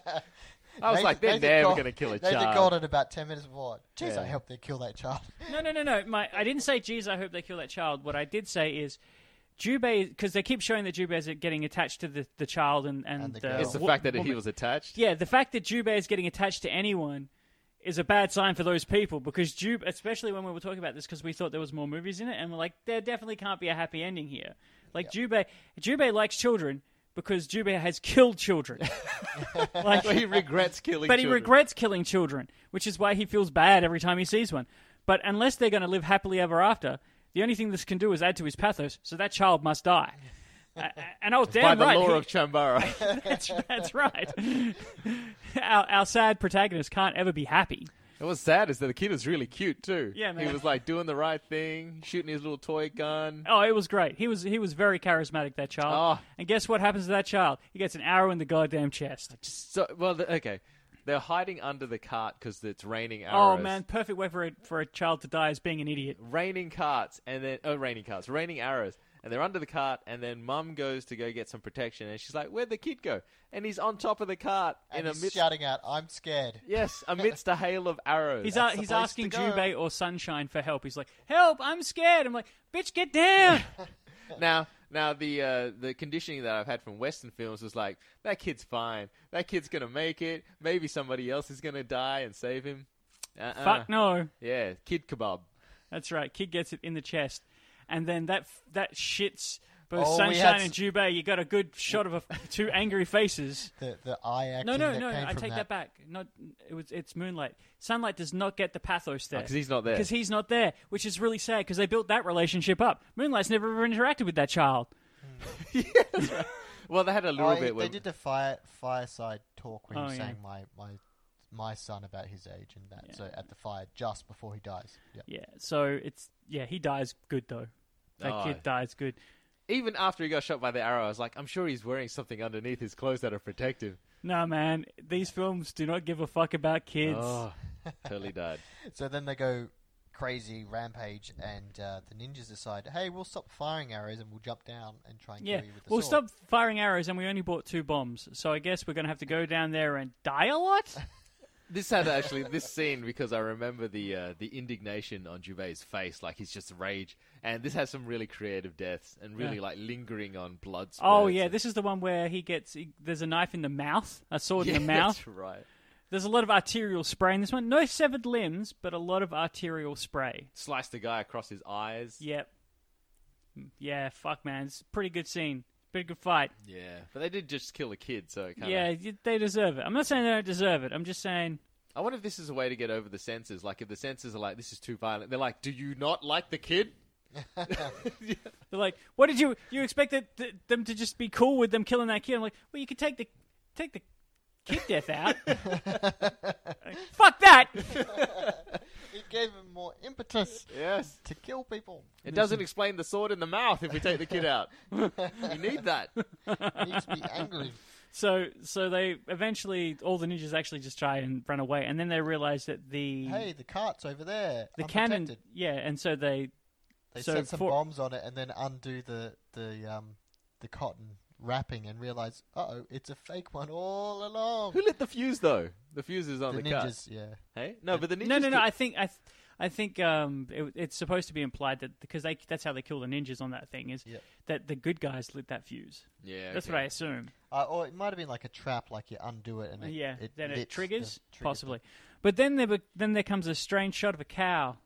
Speaker 3: I was like, they're never gonna kill a
Speaker 4: Nathan
Speaker 3: child.
Speaker 4: Gold at about 10 minutes before. Jeez, I
Speaker 3: Yeah.
Speaker 4: hope they kill that child.
Speaker 5: No, no, no, no. My, I didn't say, geez, I hope they kill that child. What I did say is, Jubei, because they keep showing that Jubei is getting attached to the, the child and, and,
Speaker 4: And the
Speaker 5: the
Speaker 4: girl.
Speaker 3: It's the
Speaker 5: wo-
Speaker 3: fact that he
Speaker 5: woman.
Speaker 3: was attached.
Speaker 5: Yeah, the fact that Jubei is getting attached to anyone is a bad sign for those people because Jube, especially when we were talking about this, because we thought there was more movies in it, and we're like, there definitely can't be a happy ending here. Like Jubei, Jubei likes children because Jubei has killed children. like,
Speaker 3: But he regrets killing.
Speaker 5: but he
Speaker 3: children.
Speaker 5: regrets killing children, which is why he feels bad every time he sees one. But unless they're going to live happily ever after, the only thing this can do is add to his pathos. So that child must die. A- a- and I was
Speaker 3: by
Speaker 5: damn
Speaker 3: the
Speaker 5: right.
Speaker 3: law
Speaker 5: he-
Speaker 3: of Chambara.
Speaker 5: that's, that's right. our, our sad protagonist can't ever be happy.
Speaker 3: And What's sad is that the kid was really cute too.
Speaker 5: Yeah, man.
Speaker 3: He was like doing the right thing, shooting his little toy gun.
Speaker 5: Oh, it was great. He was he was very charismatic. That child.
Speaker 3: Oh.
Speaker 5: And guess what happens to that child? He gets an arrow in the goddamn chest.
Speaker 3: So, well, the, okay, they're hiding under the cart because it's raining
Speaker 5: Oh
Speaker 3: arrows.
Speaker 5: man, perfect way for a, for a child to die is being an idiot.
Speaker 3: raining carts and then oh, raining carts, raining arrows, and they're under the cart. And then Mum goes to go get some protection, and she's like, "Where'd the kid go?" And he's on top of the cart
Speaker 4: And
Speaker 3: in
Speaker 4: he's
Speaker 3: amidst
Speaker 4: shouting out, I'm scared.
Speaker 3: yes, amidst a hail of arrows.
Speaker 5: He's
Speaker 4: That's
Speaker 5: a-
Speaker 4: the
Speaker 5: he's
Speaker 4: place
Speaker 5: asking
Speaker 4: to go.
Speaker 5: Jubei or Sunshine for help. He's like, "Help! I'm scared." I'm like, "Bitch, get down!"
Speaker 3: now now the uh, the conditioning that I've had from Western films was like that kid's fine, that kid's gonna make it. Maybe somebody else is gonna die and save him. Uh-uh.
Speaker 4: Uh.
Speaker 5: Fuck no.
Speaker 3: Yeah, kid kebab.
Speaker 5: That's right. Kid gets it in the chest, and then that that shits both
Speaker 4: Oh, we
Speaker 5: Sunshine
Speaker 4: had s-
Speaker 5: and Jubei. You got a good shot of a, two angry faces.
Speaker 4: The, the eye acting
Speaker 5: No, no,
Speaker 4: that
Speaker 5: no.
Speaker 4: came
Speaker 5: I
Speaker 4: from
Speaker 5: take that.
Speaker 4: that.
Speaker 5: back. Not it was. It's Moonlight. Sunlight does not get the pathos there
Speaker 3: Oh, 'cause he's not there.
Speaker 5: Because he's not there, which is really sad. Because they built that relationship up. Moonlight's never ever interacted with that child.
Speaker 3: Well, they had a little
Speaker 4: Oh,
Speaker 3: bit.
Speaker 4: they
Speaker 3: Where,
Speaker 4: did the fire, fireside talk when he
Speaker 5: Oh,
Speaker 4: was
Speaker 5: yeah.
Speaker 4: saying my, my, my son about his age and that. So at the fire just before he dies. Yeah.
Speaker 5: Yeah. So it's yeah. He dies good though. That
Speaker 3: Oh.
Speaker 5: kid dies good.
Speaker 3: Even after he got shot by the arrow, I was like, I'm sure he's wearing something underneath his clothes that are protective.
Speaker 5: Nah, man. These films do not give a fuck about kids.
Speaker 3: Oh, totally died.
Speaker 4: So then they go crazy rampage, and uh, the ninjas decide, hey, we'll stop firing arrows and we'll jump down and try and
Speaker 5: Yeah,
Speaker 4: kill you with the
Speaker 5: we'll
Speaker 4: sword.
Speaker 5: stop firing arrows, and we only bought two bombs, so I guess we're gonna have to go down there and die a lot.
Speaker 3: This had actually this scene because I remember the uh, the indignation on Jubei's face, like he's just rage. And this has some really creative deaths and really
Speaker 5: Yeah.
Speaker 3: like lingering on blood.
Speaker 5: oh
Speaker 3: spurts
Speaker 5: yeah,
Speaker 3: and-
Speaker 5: this is the one where he gets he, there's a knife in the mouth, a sword
Speaker 3: Yeah,
Speaker 5: in the mouth.
Speaker 3: That's right.
Speaker 5: There's a lot of arterial spray in this one. No severed limbs, but a lot of arterial spray.
Speaker 3: Sliced the guy across his eyes.
Speaker 5: Yep. Yeah, fuck man, it's a pretty good scene. Pretty good fight.
Speaker 3: Yeah. But they did just kill a kid, so it kind of.
Speaker 5: Yeah, y- they deserve it. I'm not saying they don't deserve it. I'm just saying
Speaker 3: I wonder if this is a way to get over the censors. Like, if the censors are like, this is too violent, they're like, do you not like the kid?
Speaker 5: They're like, "What did you you expected th- them to just be cool with them killing that kid?" I'm like, "Well, you could take the take the kid death out. Like, Fuck that!
Speaker 4: It gave him more impetus
Speaker 3: Yes.
Speaker 4: to kill people.
Speaker 3: It doesn't explain the sword in the mouth if we take the kid out. you need that.
Speaker 4: He needs to be angry.
Speaker 5: So so they eventually all the ninjas actually just try and run away, and then they realize that the
Speaker 4: hey, the cart's over there.
Speaker 5: the cannon
Speaker 4: unprotected.
Speaker 5: yeah, and so they
Speaker 4: They
Speaker 5: so
Speaker 4: set some
Speaker 5: for-
Speaker 4: bombs on it and then undo the, the, um, the cotton wrapping and realize, uh oh, it's a fake one all along.
Speaker 3: Who lit the fuse though? The fuse is on
Speaker 4: the
Speaker 3: the, car.
Speaker 4: ninjas, yeah.
Speaker 3: Hey, no, but the ninjas.
Speaker 5: no no no.
Speaker 3: did-
Speaker 5: I think I. Th- I think um, it, it's supposed to be implied that because they, that's how they kill the ninjas on that thing is
Speaker 4: Yeah.
Speaker 5: that the good guys lit that fuse.
Speaker 3: yeah,
Speaker 5: That's
Speaker 3: okay.
Speaker 5: what I assume.
Speaker 4: Uh, or it might have been like a trap, like you undo it and it,
Speaker 5: yeah,
Speaker 4: it
Speaker 5: then
Speaker 4: lit the-
Speaker 5: it triggers
Speaker 4: the-
Speaker 5: possibly. But then there be- then there comes a strange shot of a cow,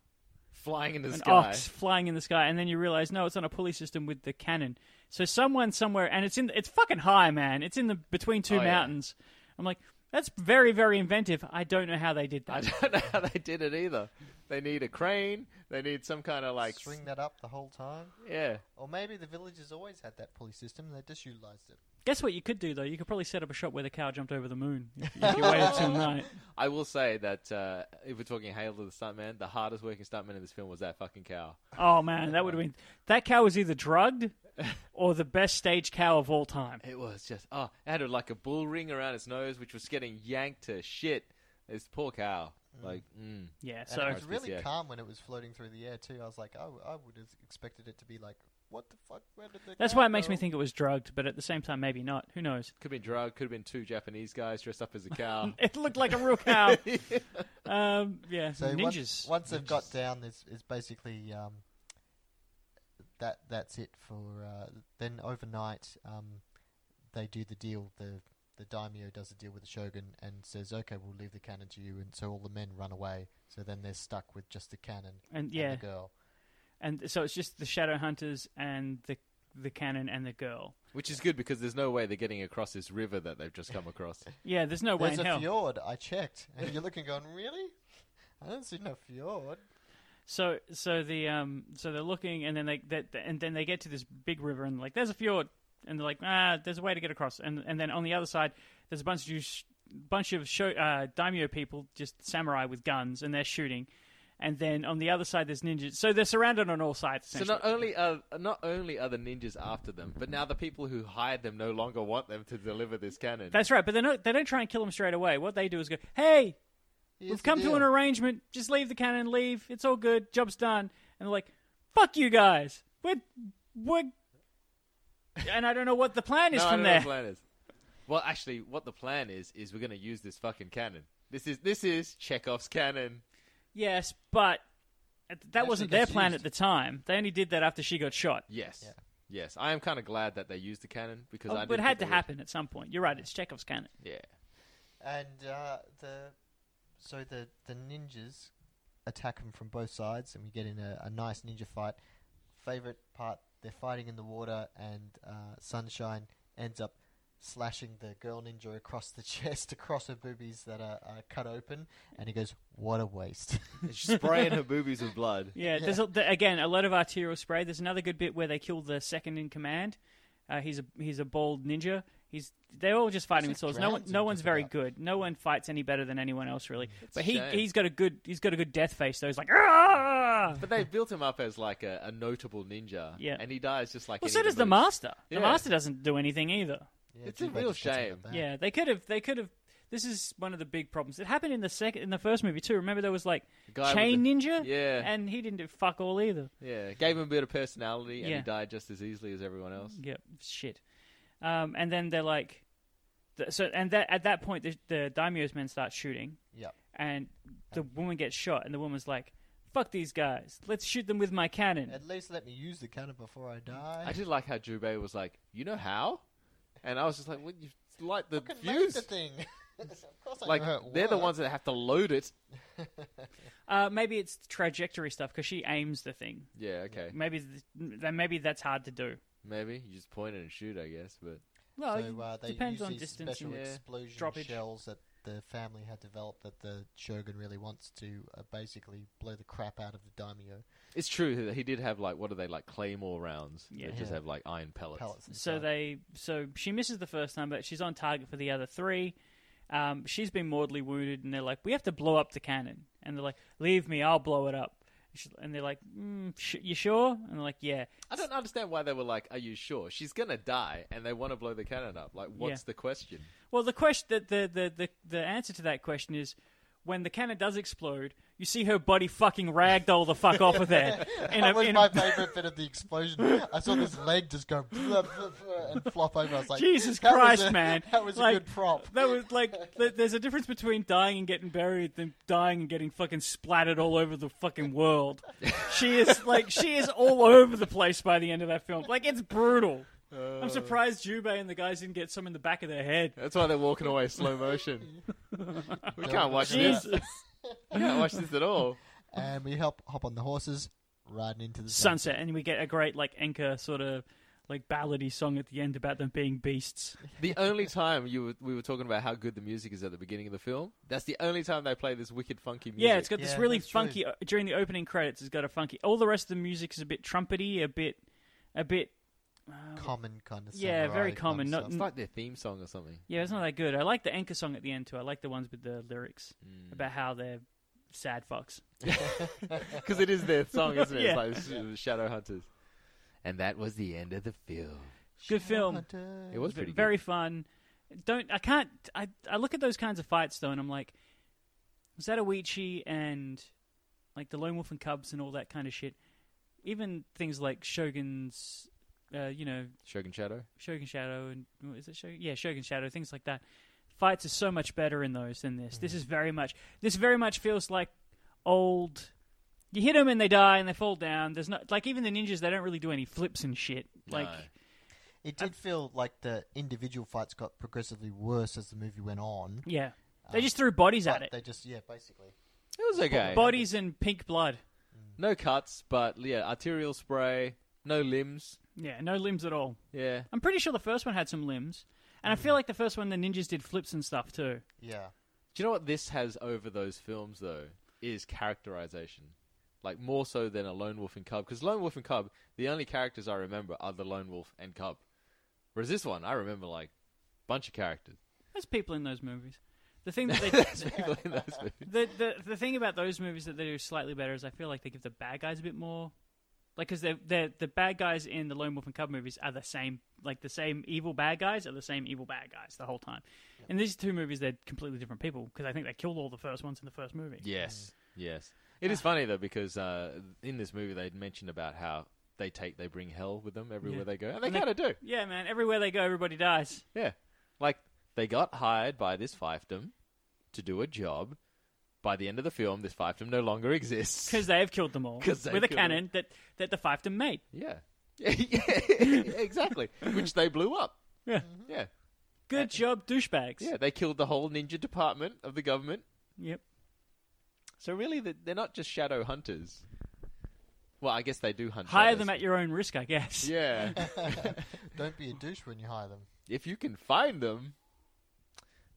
Speaker 3: Flying in the
Speaker 5: an
Speaker 3: sky.
Speaker 5: ox flying in the sky, and then you realize no, it's on a pulley system with the cannon. So someone somewhere, and it's in it's fucking high, man. It's in the between two
Speaker 3: Oh, yeah.
Speaker 5: mountains. I'm like, that's very very inventive. I don't know how they did
Speaker 3: I
Speaker 5: that.
Speaker 3: don't know how they did it either. They need a crane. They need some kind of like.
Speaker 4: String that up the whole time.
Speaker 3: Yeah.
Speaker 4: Or maybe the villagers always had that pulley system and they just utilized it.
Speaker 5: Guess what you could do though? You could probably set up a shop where the cow jumped over the moon if, if you waited till night.
Speaker 3: I will say that uh, if we're talking Hail to the Stuntman, the hardest working stuntman in this film was that fucking cow.
Speaker 5: Oh man, that would have been that cow was either drugged or the best stage cow of all time.
Speaker 3: It was just oh, it had like a bull ring around its nose, which was getting yanked to shit. This poor cow. Like, mm.
Speaker 5: Yeah,
Speaker 4: And
Speaker 5: so
Speaker 4: it was really
Speaker 3: yeah.
Speaker 4: calm when it was floating through the air too. I was like, oh, I would have expected it to be like what the fuck? Where did they
Speaker 5: That's
Speaker 4: come
Speaker 5: why it makes me
Speaker 4: from?"
Speaker 5: think it was drugged, but at the same time, maybe not. Who knows?
Speaker 3: Could have been drug. Could have been two Japanese guys dressed up as a cow.
Speaker 5: It looked like a real cow. um, yeah,
Speaker 4: So Once,
Speaker 5: ninjas.
Speaker 4: once they've got down, it's, it's basically um, that. That's it for. Uh, then overnight, um, they do the deal. The the daimyo does a deal with the shogun and says, "Okay, we'll leave the cannon to you." And so all the men run away. So then they're stuck with just the cannon
Speaker 5: And yeah,
Speaker 4: the girl.
Speaker 5: and so it's just the shadow hunters and the the cannon and the girl.
Speaker 3: Which is good because there's no way they're getting across this river that they've just come across.
Speaker 5: Yeah, there's no way
Speaker 4: There's
Speaker 5: in
Speaker 4: a
Speaker 5: hell.
Speaker 4: fjord. I checked, and you're looking, going, "Really? I don't see no fjord."
Speaker 5: So so the um so they're looking and then they that and then they get to this big river and like there's a fjord and they're like ah there's a way to get across and and then on the other side there's a bunch of you sh- bunch of sho- uh, daimyo people just samurai with guns and they're shooting and then on the other side there's ninjas so they're surrounded on all sides
Speaker 3: So
Speaker 5: essentially.
Speaker 3: not only are not only are the ninjas after them, but now the people who hired them no longer want them to deliver this cannon.
Speaker 5: That's right, but they don't they don't try and kill them straight away. What they do is go, "Hey,
Speaker 4: Here's
Speaker 5: we've
Speaker 4: the
Speaker 5: come to
Speaker 4: deal.
Speaker 5: an arrangement. Just leave the cannon, leave. It's all good. Job's done." And they're like, "Fuck you guys. We're we're." And I don't know what the plan is
Speaker 3: no, I
Speaker 5: from
Speaker 3: don't know what
Speaker 5: there.
Speaker 3: the plan is. Well, actually, what the plan is is we're going to use this fucking cannon. This is this is Chekhov's cannon.
Speaker 5: Yes, but that wasn't their
Speaker 4: gets
Speaker 5: plan
Speaker 4: used.
Speaker 5: at the time. They only did that after she got shot.
Speaker 3: Yes,
Speaker 4: Yeah.
Speaker 3: yes. I am kind of glad that they used the cannon because
Speaker 5: Oh,
Speaker 3: I
Speaker 5: but it
Speaker 3: didn't
Speaker 5: had
Speaker 3: think
Speaker 5: to
Speaker 3: they would-
Speaker 5: happen at some point. You're right. It's Chekhov's cannon.
Speaker 3: Yeah,
Speaker 4: And uh, the so the the ninjas attack them from both sides, and we get in a, a nice ninja fight. Favorite part: they're fighting in the water, and uh, Sunshine ends up slashing the girl ninja across the chest, across her boobies that are, are cut open, and he goes, "What a waste!"
Speaker 3: she's spraying her boobies with blood.
Speaker 5: Yeah, there's a, the, again a lot of arterial spray. There's another good bit where they kill the second in command. Uh, he's a he's a bald ninja. He's they're all just fighting with
Speaker 4: It's like
Speaker 5: swords. No one
Speaker 4: drowns
Speaker 5: no
Speaker 4: him
Speaker 5: one's
Speaker 4: just
Speaker 5: very
Speaker 4: about.
Speaker 5: good. No one fights any better than anyone else really. but he
Speaker 3: Mm. shame.
Speaker 5: he's got a good he's got a good death face though. He's like ah.
Speaker 3: But they built him up as like a, a notable ninja.
Speaker 5: Yeah.
Speaker 3: and he dies just like.
Speaker 5: Well,
Speaker 3: any
Speaker 5: so
Speaker 3: of the
Speaker 5: does the
Speaker 3: most-
Speaker 5: master.
Speaker 3: Yeah.
Speaker 5: The master doesn't do anything either.
Speaker 4: Yeah,
Speaker 3: It's a
Speaker 4: Jinbei
Speaker 3: real
Speaker 4: just gets him in
Speaker 3: shame.
Speaker 4: the back.
Speaker 5: Yeah, they could have they could have. This is one of the big problems. It happened in the second in the first movie too. Remember there was like
Speaker 3: guy with
Speaker 5: chain
Speaker 3: the-
Speaker 5: ninja.
Speaker 3: Yeah.
Speaker 5: and he didn't do fuck all either.
Speaker 3: Yeah, gave him a bit of personality, and
Speaker 5: Yeah.
Speaker 3: he died just as easily as everyone else.
Speaker 5: Yeah, shit. Um, and then they're like, th- so and that at that point the, the daimyo's men start shooting,
Speaker 4: Yep.
Speaker 5: and the woman gets shot, and the woman's like, "Fuck these guys, let's shoot them with my cannon."
Speaker 4: At least let me use the cannon before I die.
Speaker 3: I did like how Jubei was like, "You know how," and I was just like, "Well, you light the
Speaker 4: Fucking load
Speaker 3: fuse."
Speaker 4: the thing. of course I
Speaker 3: Like
Speaker 4: know it
Speaker 3: they're the
Speaker 4: works.
Speaker 3: ones that have to load it.
Speaker 5: Uh, maybe it's trajectory stuff because she aims the thing.
Speaker 3: Yeah, okay,
Speaker 5: Maybe th- then maybe that's hard to do.
Speaker 3: maybe you just point it and shoot, I guess. But
Speaker 5: Well,
Speaker 4: so uh,
Speaker 5: it
Speaker 4: they
Speaker 5: Oh, depends
Speaker 4: use
Speaker 5: on
Speaker 4: these
Speaker 5: distance.
Speaker 4: special
Speaker 5: and-
Speaker 3: yeah.
Speaker 4: explosion
Speaker 5: droppage.
Speaker 4: shells that the family had developed that the shogun really wants to uh, basically blow the crap out of the daimyo
Speaker 3: it's true that he did have like what are they like claymore rounds? Yeah,
Speaker 5: Yeah.
Speaker 3: they just
Speaker 4: Yeah.
Speaker 3: have like iron pellets.
Speaker 4: pellets. and
Speaker 5: So
Speaker 4: stuff.
Speaker 5: they so she misses the first time, but she's on target for the other three. Um, she's been mortally wounded, and they're like, "We have to blow up the cannon." And they're like, "Leave me, I'll blow it up." And she- And they're like, mm, sh- "You sure?" And they're like, "Yeah."
Speaker 3: I don't understand why they were like, "Are you sure she's gonna die?" And they want to blow the cannon up. Like, what's
Speaker 5: Yeah.
Speaker 3: the question?
Speaker 5: Well, the question, the the, the the the answer to that question is, when the cannon does explode, you see her body fucking ragdoll the fuck off of there. In
Speaker 4: that
Speaker 5: a,
Speaker 4: was
Speaker 5: in a-
Speaker 4: my favorite bit of the explosion. I saw this leg just go blah, blah, blah, and flop over. I was like,
Speaker 5: Jesus
Speaker 4: that was
Speaker 5: Christ,
Speaker 4: a-
Speaker 5: man!
Speaker 4: that was
Speaker 5: Like,
Speaker 4: a good prop.
Speaker 5: That was like, th- there's a difference between dying and getting buried than dying and getting fucking splattered all over the fucking world. she is like, she is all over the place by the end of that film. Like, it's brutal.
Speaker 4: Uh.
Speaker 5: I'm surprised Jubei and the guys didn't get some in the back of their head.
Speaker 3: That's why they're walking away slow motion. we can't watch this.
Speaker 5: Jesus,
Speaker 3: We can't watch this at all.
Speaker 4: And we help hop on the horses, riding into the
Speaker 5: sunset, and we get a great like Enka sort of like ballady song at the end about them being beasts.
Speaker 3: The only time you were, we were talking about how good the music is at the beginning of the film, that's the only time they play this wicked funky music.
Speaker 5: Yeah, it's got this
Speaker 4: Yeah,
Speaker 5: really
Speaker 4: that's true.
Speaker 5: funky uh, during the opening credits. It's got a funky. All the rest of the music is a bit trumpety, a bit, a bit.
Speaker 4: Common kind of
Speaker 5: Yeah,
Speaker 4: samurai
Speaker 5: very
Speaker 4: kind of
Speaker 5: common, not-
Speaker 4: stuff.
Speaker 3: It's like their theme song or something.
Speaker 5: Yeah, it's not that good. I like the Anchor song at the end too. I like the ones with the lyrics
Speaker 3: Mm.
Speaker 5: about how they're sad fucks.
Speaker 3: Because it is their song, isn't it?
Speaker 5: Yeah.
Speaker 3: It's like the Shadow Hunters. And that was the end of the film.
Speaker 5: Good film,
Speaker 3: It was pretty
Speaker 5: very fun. Don't I can't I I look at those kinds of fights though, and I'm like, was that Oichi and like the Lone Wolf and Cubs and all that kind of shit? even things like Shogun's, uh, you know,
Speaker 3: Shogun Shadow.
Speaker 5: Shogun Shadow and what is it Shogun? Yeah, Shogun Shadow, things like that. Fights are so much better in those than this. This is very much. This very much feels like old. You hit them and they die and they fall down. There's not like even the ninjas. They don't really do any flips and shit. Like
Speaker 3: No.
Speaker 4: It did feel like the individual fights got progressively worse as the movie went on.
Speaker 5: yeah, they just threw bodies
Speaker 4: But
Speaker 5: at it.
Speaker 4: They just yeah, basically.
Speaker 3: It was okay.
Speaker 5: Bodies and pink blood.
Speaker 3: No cuts, but yeah, arterial spray. No limbs.
Speaker 5: Yeah, no limbs at all.
Speaker 3: Yeah.
Speaker 5: I'm pretty sure the first one had some limbs, and I feel like the first one the ninjas did flips and stuff too.
Speaker 4: Yeah.
Speaker 3: Do you know what this has over those films though? Is characterization. Like more so than a lone wolf and cub, because lone wolf and cub, the only characters I remember are the lone wolf and cub. Whereas this one, I remember like bunch of characters.
Speaker 5: There's people in those movies. The thing that they
Speaker 3: There's people in those movies.
Speaker 5: the, the the thing about those movies that they do slightly better is I feel like they give the bad guys a bit more, like because they they the bad guys in the Lone Wolf and Cub movies are the same, like the same evil bad guys are the same evil bad guys the whole time. In these two movies, they're completely different people because I think they killed all the first ones in the first movie.
Speaker 3: Yes, Mm. yes. It
Speaker 5: Ah.
Speaker 3: is funny though because uh, in this movie they mentioned about how they take they bring hell with them everywhere
Speaker 5: Yeah.
Speaker 3: they go, and they
Speaker 5: And they-
Speaker 3: kind of do.
Speaker 5: Yeah, man. Everywhere they go, everybody dies.
Speaker 3: Yeah, like they got hired by this fiefdom to do a job. By the end of the film, this fiefdom no longer exists.
Speaker 5: Because they have killed them all
Speaker 3: 'Cause they
Speaker 5: with a
Speaker 3: killed them.
Speaker 5: cannon that, that the fiefdom made.
Speaker 3: Yeah. yeah, exactly. Which they blew up.
Speaker 5: Yeah.
Speaker 3: Yeah.
Speaker 5: Good job, douchebags.
Speaker 3: Mm-hmm. Uh, Yeah, they killed the whole ninja department of the government.
Speaker 5: Yep.
Speaker 3: So really, th- they're not just shadow hunters. Well, I guess they do hunt
Speaker 5: Hire
Speaker 3: shadows.
Speaker 5: them at your own risk, I guess.
Speaker 3: Yeah.
Speaker 4: Don't be a douche when you hire them.
Speaker 3: if you can find them.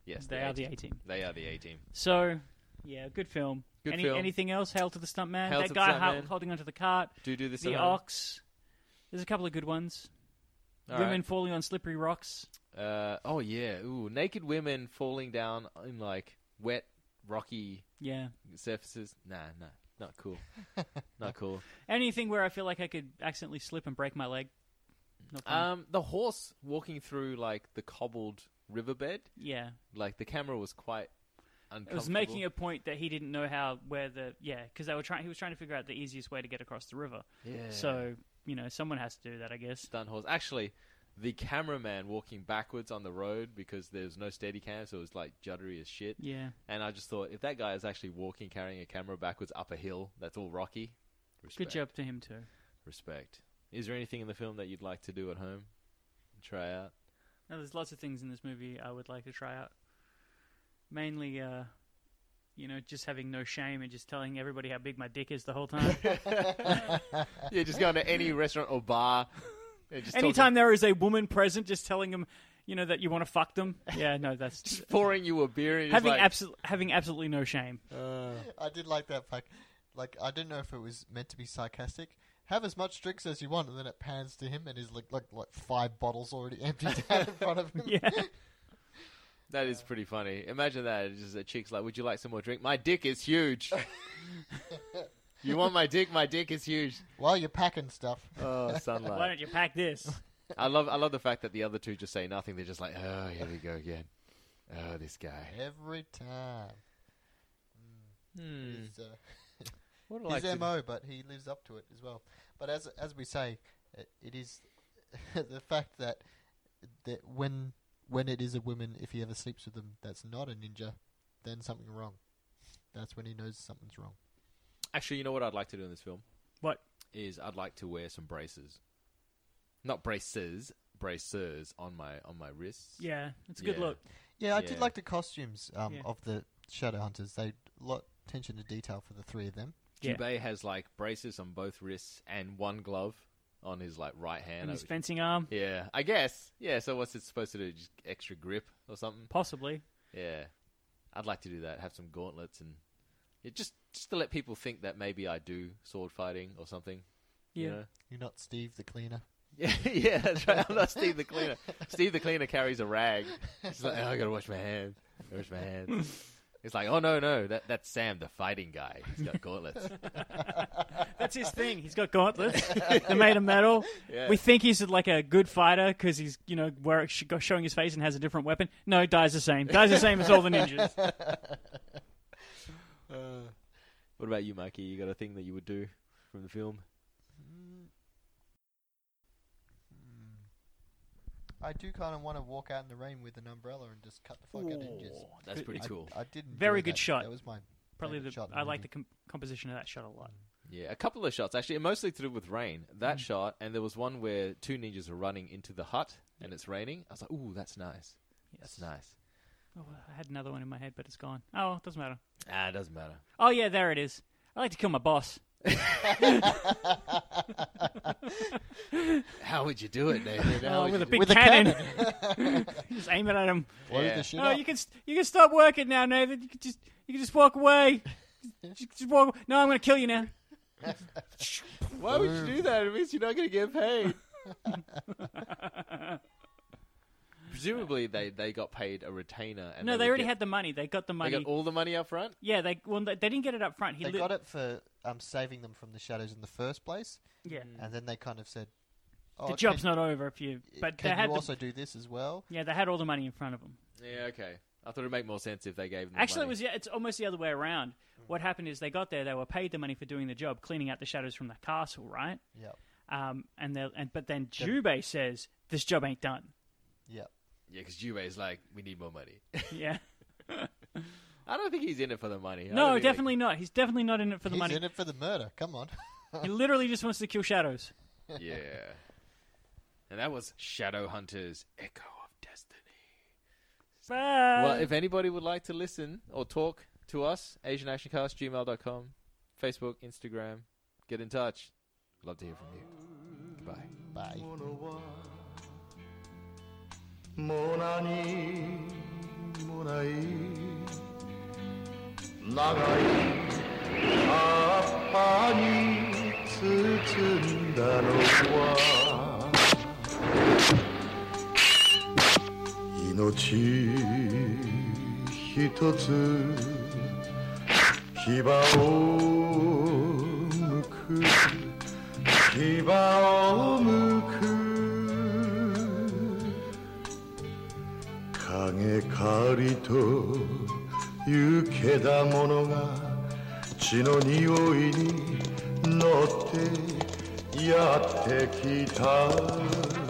Speaker 3: Yes,
Speaker 5: They
Speaker 3: the
Speaker 5: are
Speaker 3: A
Speaker 5: the
Speaker 3: team.
Speaker 5: A team.
Speaker 3: They are the A team.
Speaker 5: So, yeah, good film.
Speaker 3: Good
Speaker 5: Any,
Speaker 3: film.
Speaker 5: Anything else? Hail to the stuntman.
Speaker 3: Hail to
Speaker 5: that
Speaker 3: the
Speaker 5: guy
Speaker 3: Stuntman.
Speaker 5: ho- holding onto the cart.
Speaker 3: Do do this
Speaker 5: the
Speaker 3: at home.
Speaker 5: ox. There's a couple of good ones.
Speaker 3: All
Speaker 5: Women
Speaker 3: right.
Speaker 5: falling on slippery rocks.
Speaker 3: Uh, oh yeah. Ooh, naked women falling down in like wet, rocky
Speaker 5: Yeah.
Speaker 3: surfaces. Nah, nah, not cool. not cool.
Speaker 5: Anything where I feel like I could accidentally slip and break my leg. Not fun.
Speaker 3: Um, the horse walking through like the cobbled riverbed,
Speaker 5: yeah.
Speaker 3: like the camera was quite
Speaker 5: It
Speaker 3: uncomfortable.
Speaker 5: was making a point that he didn't know how where the yeah because they were trying he was trying to figure out the easiest way to get across the river.
Speaker 3: Yeah.
Speaker 5: So you know someone has to do that, I guess.
Speaker 3: stunt horse. Actually, the cameraman walking backwards on the road because there's no steady cam, so it was like juddery as shit.
Speaker 5: Yeah.
Speaker 3: And I just thought, if that guy is actually walking carrying a camera backwards up a hill that's all rocky,
Speaker 5: Good
Speaker 3: respect.
Speaker 5: job to him too.
Speaker 3: Respect. Is there anything in the film that you'd like to do at home? Try out?
Speaker 5: Now, there's lots of things in this movie I would like to try out. Mainly, uh, you know, just having no shame and just telling everybody how big my dick is the whole time.
Speaker 3: Yeah, just going to any restaurant or bar. and just talking-
Speaker 5: Anytime there is a woman present, just telling them, you know, that you want to fuck them. Yeah, no, that's
Speaker 3: just pouring you a beer and just
Speaker 5: having
Speaker 3: like,
Speaker 5: absol- having absolutely no shame.
Speaker 4: I did like that fact. Like I didn't know if it was meant to be sarcastic. Have as much drinks as you want, and then it pans to him, and he's like like, like five bottles already emptied out in front of him.
Speaker 5: Yeah,
Speaker 3: That is pretty funny. Imagine that. It's just a chick's like, "Would you like some more drink? My dick is huge. you want my dick? My dick is huge."
Speaker 4: While you're packing stuff,
Speaker 3: Oh,
Speaker 5: why
Speaker 3: sunlight.
Speaker 5: don't you pack this?
Speaker 3: I love. I love the fact that the other two just say nothing. They're just like, "Oh, here we go again. Oh, this guy."
Speaker 4: every time.
Speaker 3: Hmm.
Speaker 4: It's, uh,
Speaker 3: What do I
Speaker 4: his
Speaker 3: like to-
Speaker 4: mo, but he lives up to it as well. But as as we say, it, it is the fact that that when when it is a woman, if he ever sleeps with them, that's not a ninja, then something wrong. That's when he knows something's wrong.
Speaker 3: Actually, you know what I'd like to do in this film
Speaker 5: What?
Speaker 3: is I'd like to wear some braces. Not braces, bracers on my on my wrists.
Speaker 5: Yeah, it's a good
Speaker 3: Yeah.
Speaker 5: look.
Speaker 4: Yeah, I
Speaker 3: Yeah.
Speaker 4: did like the costumes um,
Speaker 5: Yeah.
Speaker 4: of the Shadowhunters. They lot attention to detail for the three of them.
Speaker 5: Yeah.
Speaker 3: Jubei has like braces on both wrists and one glove on his like right hand.
Speaker 5: And his
Speaker 3: I-
Speaker 5: fencing arm,
Speaker 3: Yeah, I guess. Yeah, so what's it supposed to do? Just extra grip or something?
Speaker 5: possibly.
Speaker 3: Yeah. I'd like to do that. Have some gauntlets and it just just to let people think that maybe I do sword fighting or something.
Speaker 5: Yeah.
Speaker 3: You know?
Speaker 4: You're not Steve the cleaner.
Speaker 3: Yeah, yeah, that's right. I'm not Steve the cleaner. Steve the cleaner carries a rag. He's like, oh, I gotta wash my hands. Gotta Wash my hands. It's like, oh no, no, that that's Sam, the fighting guy. He's got gauntlets.
Speaker 5: That's his thing. He's got gauntlets. They're made of metal.
Speaker 3: Yeah.
Speaker 5: We think he's like a good fighter because he's you know wear, sh- showing his face and has a different weapon. No, dies the same. Dies the same as all the ninjas.
Speaker 3: What about you, Mikey? You got a thing that you would do from the film?
Speaker 4: I do kind of want to walk out in the rain with an umbrella and just cut the fuck out of hinges.
Speaker 3: Ooh, that's pretty
Speaker 4: I-
Speaker 3: cool.
Speaker 4: I, did. enjoy
Speaker 5: Very good
Speaker 4: that.
Speaker 5: shot.
Speaker 4: That was my
Speaker 5: Probably
Speaker 4: favorite
Speaker 5: the
Speaker 4: shot in
Speaker 5: I like
Speaker 4: movie.
Speaker 5: the com- composition of that shot a lot.
Speaker 3: Yeah, a couple of shots actually, mostly to do with rain.
Speaker 5: Mm.
Speaker 3: That shot, and there was one where two ninjas are running into the hut, and it's raining. I was like, "Ooh, that's nice. That's nice."
Speaker 5: Oh, I had another one in my head, but it's gone. Oh, it doesn't matter.
Speaker 3: Ah, it doesn't matter.
Speaker 5: Oh yeah, there it is. I like to kill my boss.
Speaker 3: How would you do it, Nathan?
Speaker 5: Oh, with a big
Speaker 4: With a
Speaker 5: cannon. just aim it at him.
Speaker 4: Blow
Speaker 3: Yeah.
Speaker 4: the shit
Speaker 5: No,
Speaker 4: up.
Speaker 5: Oh, you can st- you can stop working now, Nathan. You can just you can just walk away. just, just walk. No, I'm gonna kill you now.
Speaker 3: Why would you do that? It means you're not going to get paid. Presumably, they, they got paid a retainer. And
Speaker 5: no,
Speaker 3: would
Speaker 5: they already
Speaker 3: get-
Speaker 5: had the money. They got the
Speaker 3: They
Speaker 5: money.
Speaker 3: got all the money up front.
Speaker 5: yeah, they well they, they didn't get it up front. He
Speaker 4: They
Speaker 5: lit-
Speaker 4: got it for um, saving them from the shadows in the first place,
Speaker 5: Yeah,
Speaker 4: and then they kind of said,
Speaker 5: the
Speaker 4: oh,
Speaker 5: job's
Speaker 4: can,
Speaker 5: not over if you. But they
Speaker 4: can
Speaker 5: had
Speaker 4: you
Speaker 5: the-
Speaker 4: also do this as well?"
Speaker 5: yeah they had all the money in front of them.
Speaker 3: Yeah, okay. I thought it'd make more sense if they gave them. the
Speaker 5: Actually,
Speaker 3: money.
Speaker 5: it was yeah, it's almost the other way around.
Speaker 4: Mm.
Speaker 5: What happened is they got there, they were paid the money for doing the job, cleaning out the shadows from the castle, right?
Speaker 4: Yep,
Speaker 5: Um, and they and but then Jubei says this job ain't done.
Speaker 4: yep.
Speaker 3: yeah, because Jube's like, we need more money.
Speaker 5: Yeah,
Speaker 3: I don't think he's in it for the money. I don't
Speaker 5: no,
Speaker 3: think they-
Speaker 5: definitely not. He's definitely not in it for the
Speaker 4: Oh, He's
Speaker 5: money.
Speaker 4: in it for the murder. Come on.
Speaker 5: He literally just wants to kill shadows.
Speaker 3: yeah. And that was Shadow Hunters: Echo of Destiny.
Speaker 5: Bye.
Speaker 3: well, if anybody would like to listen or talk to us, AsianActionCast@gmail.com, Facebook, Instagram, get in touch. Love to hear from you. Goodbye.
Speaker 4: Bye.
Speaker 6: もう何もない長い葉っぱに包んだのは命一つ牙をむく牙をむく影狩りというけだものが血の匂いに乗ってやってきた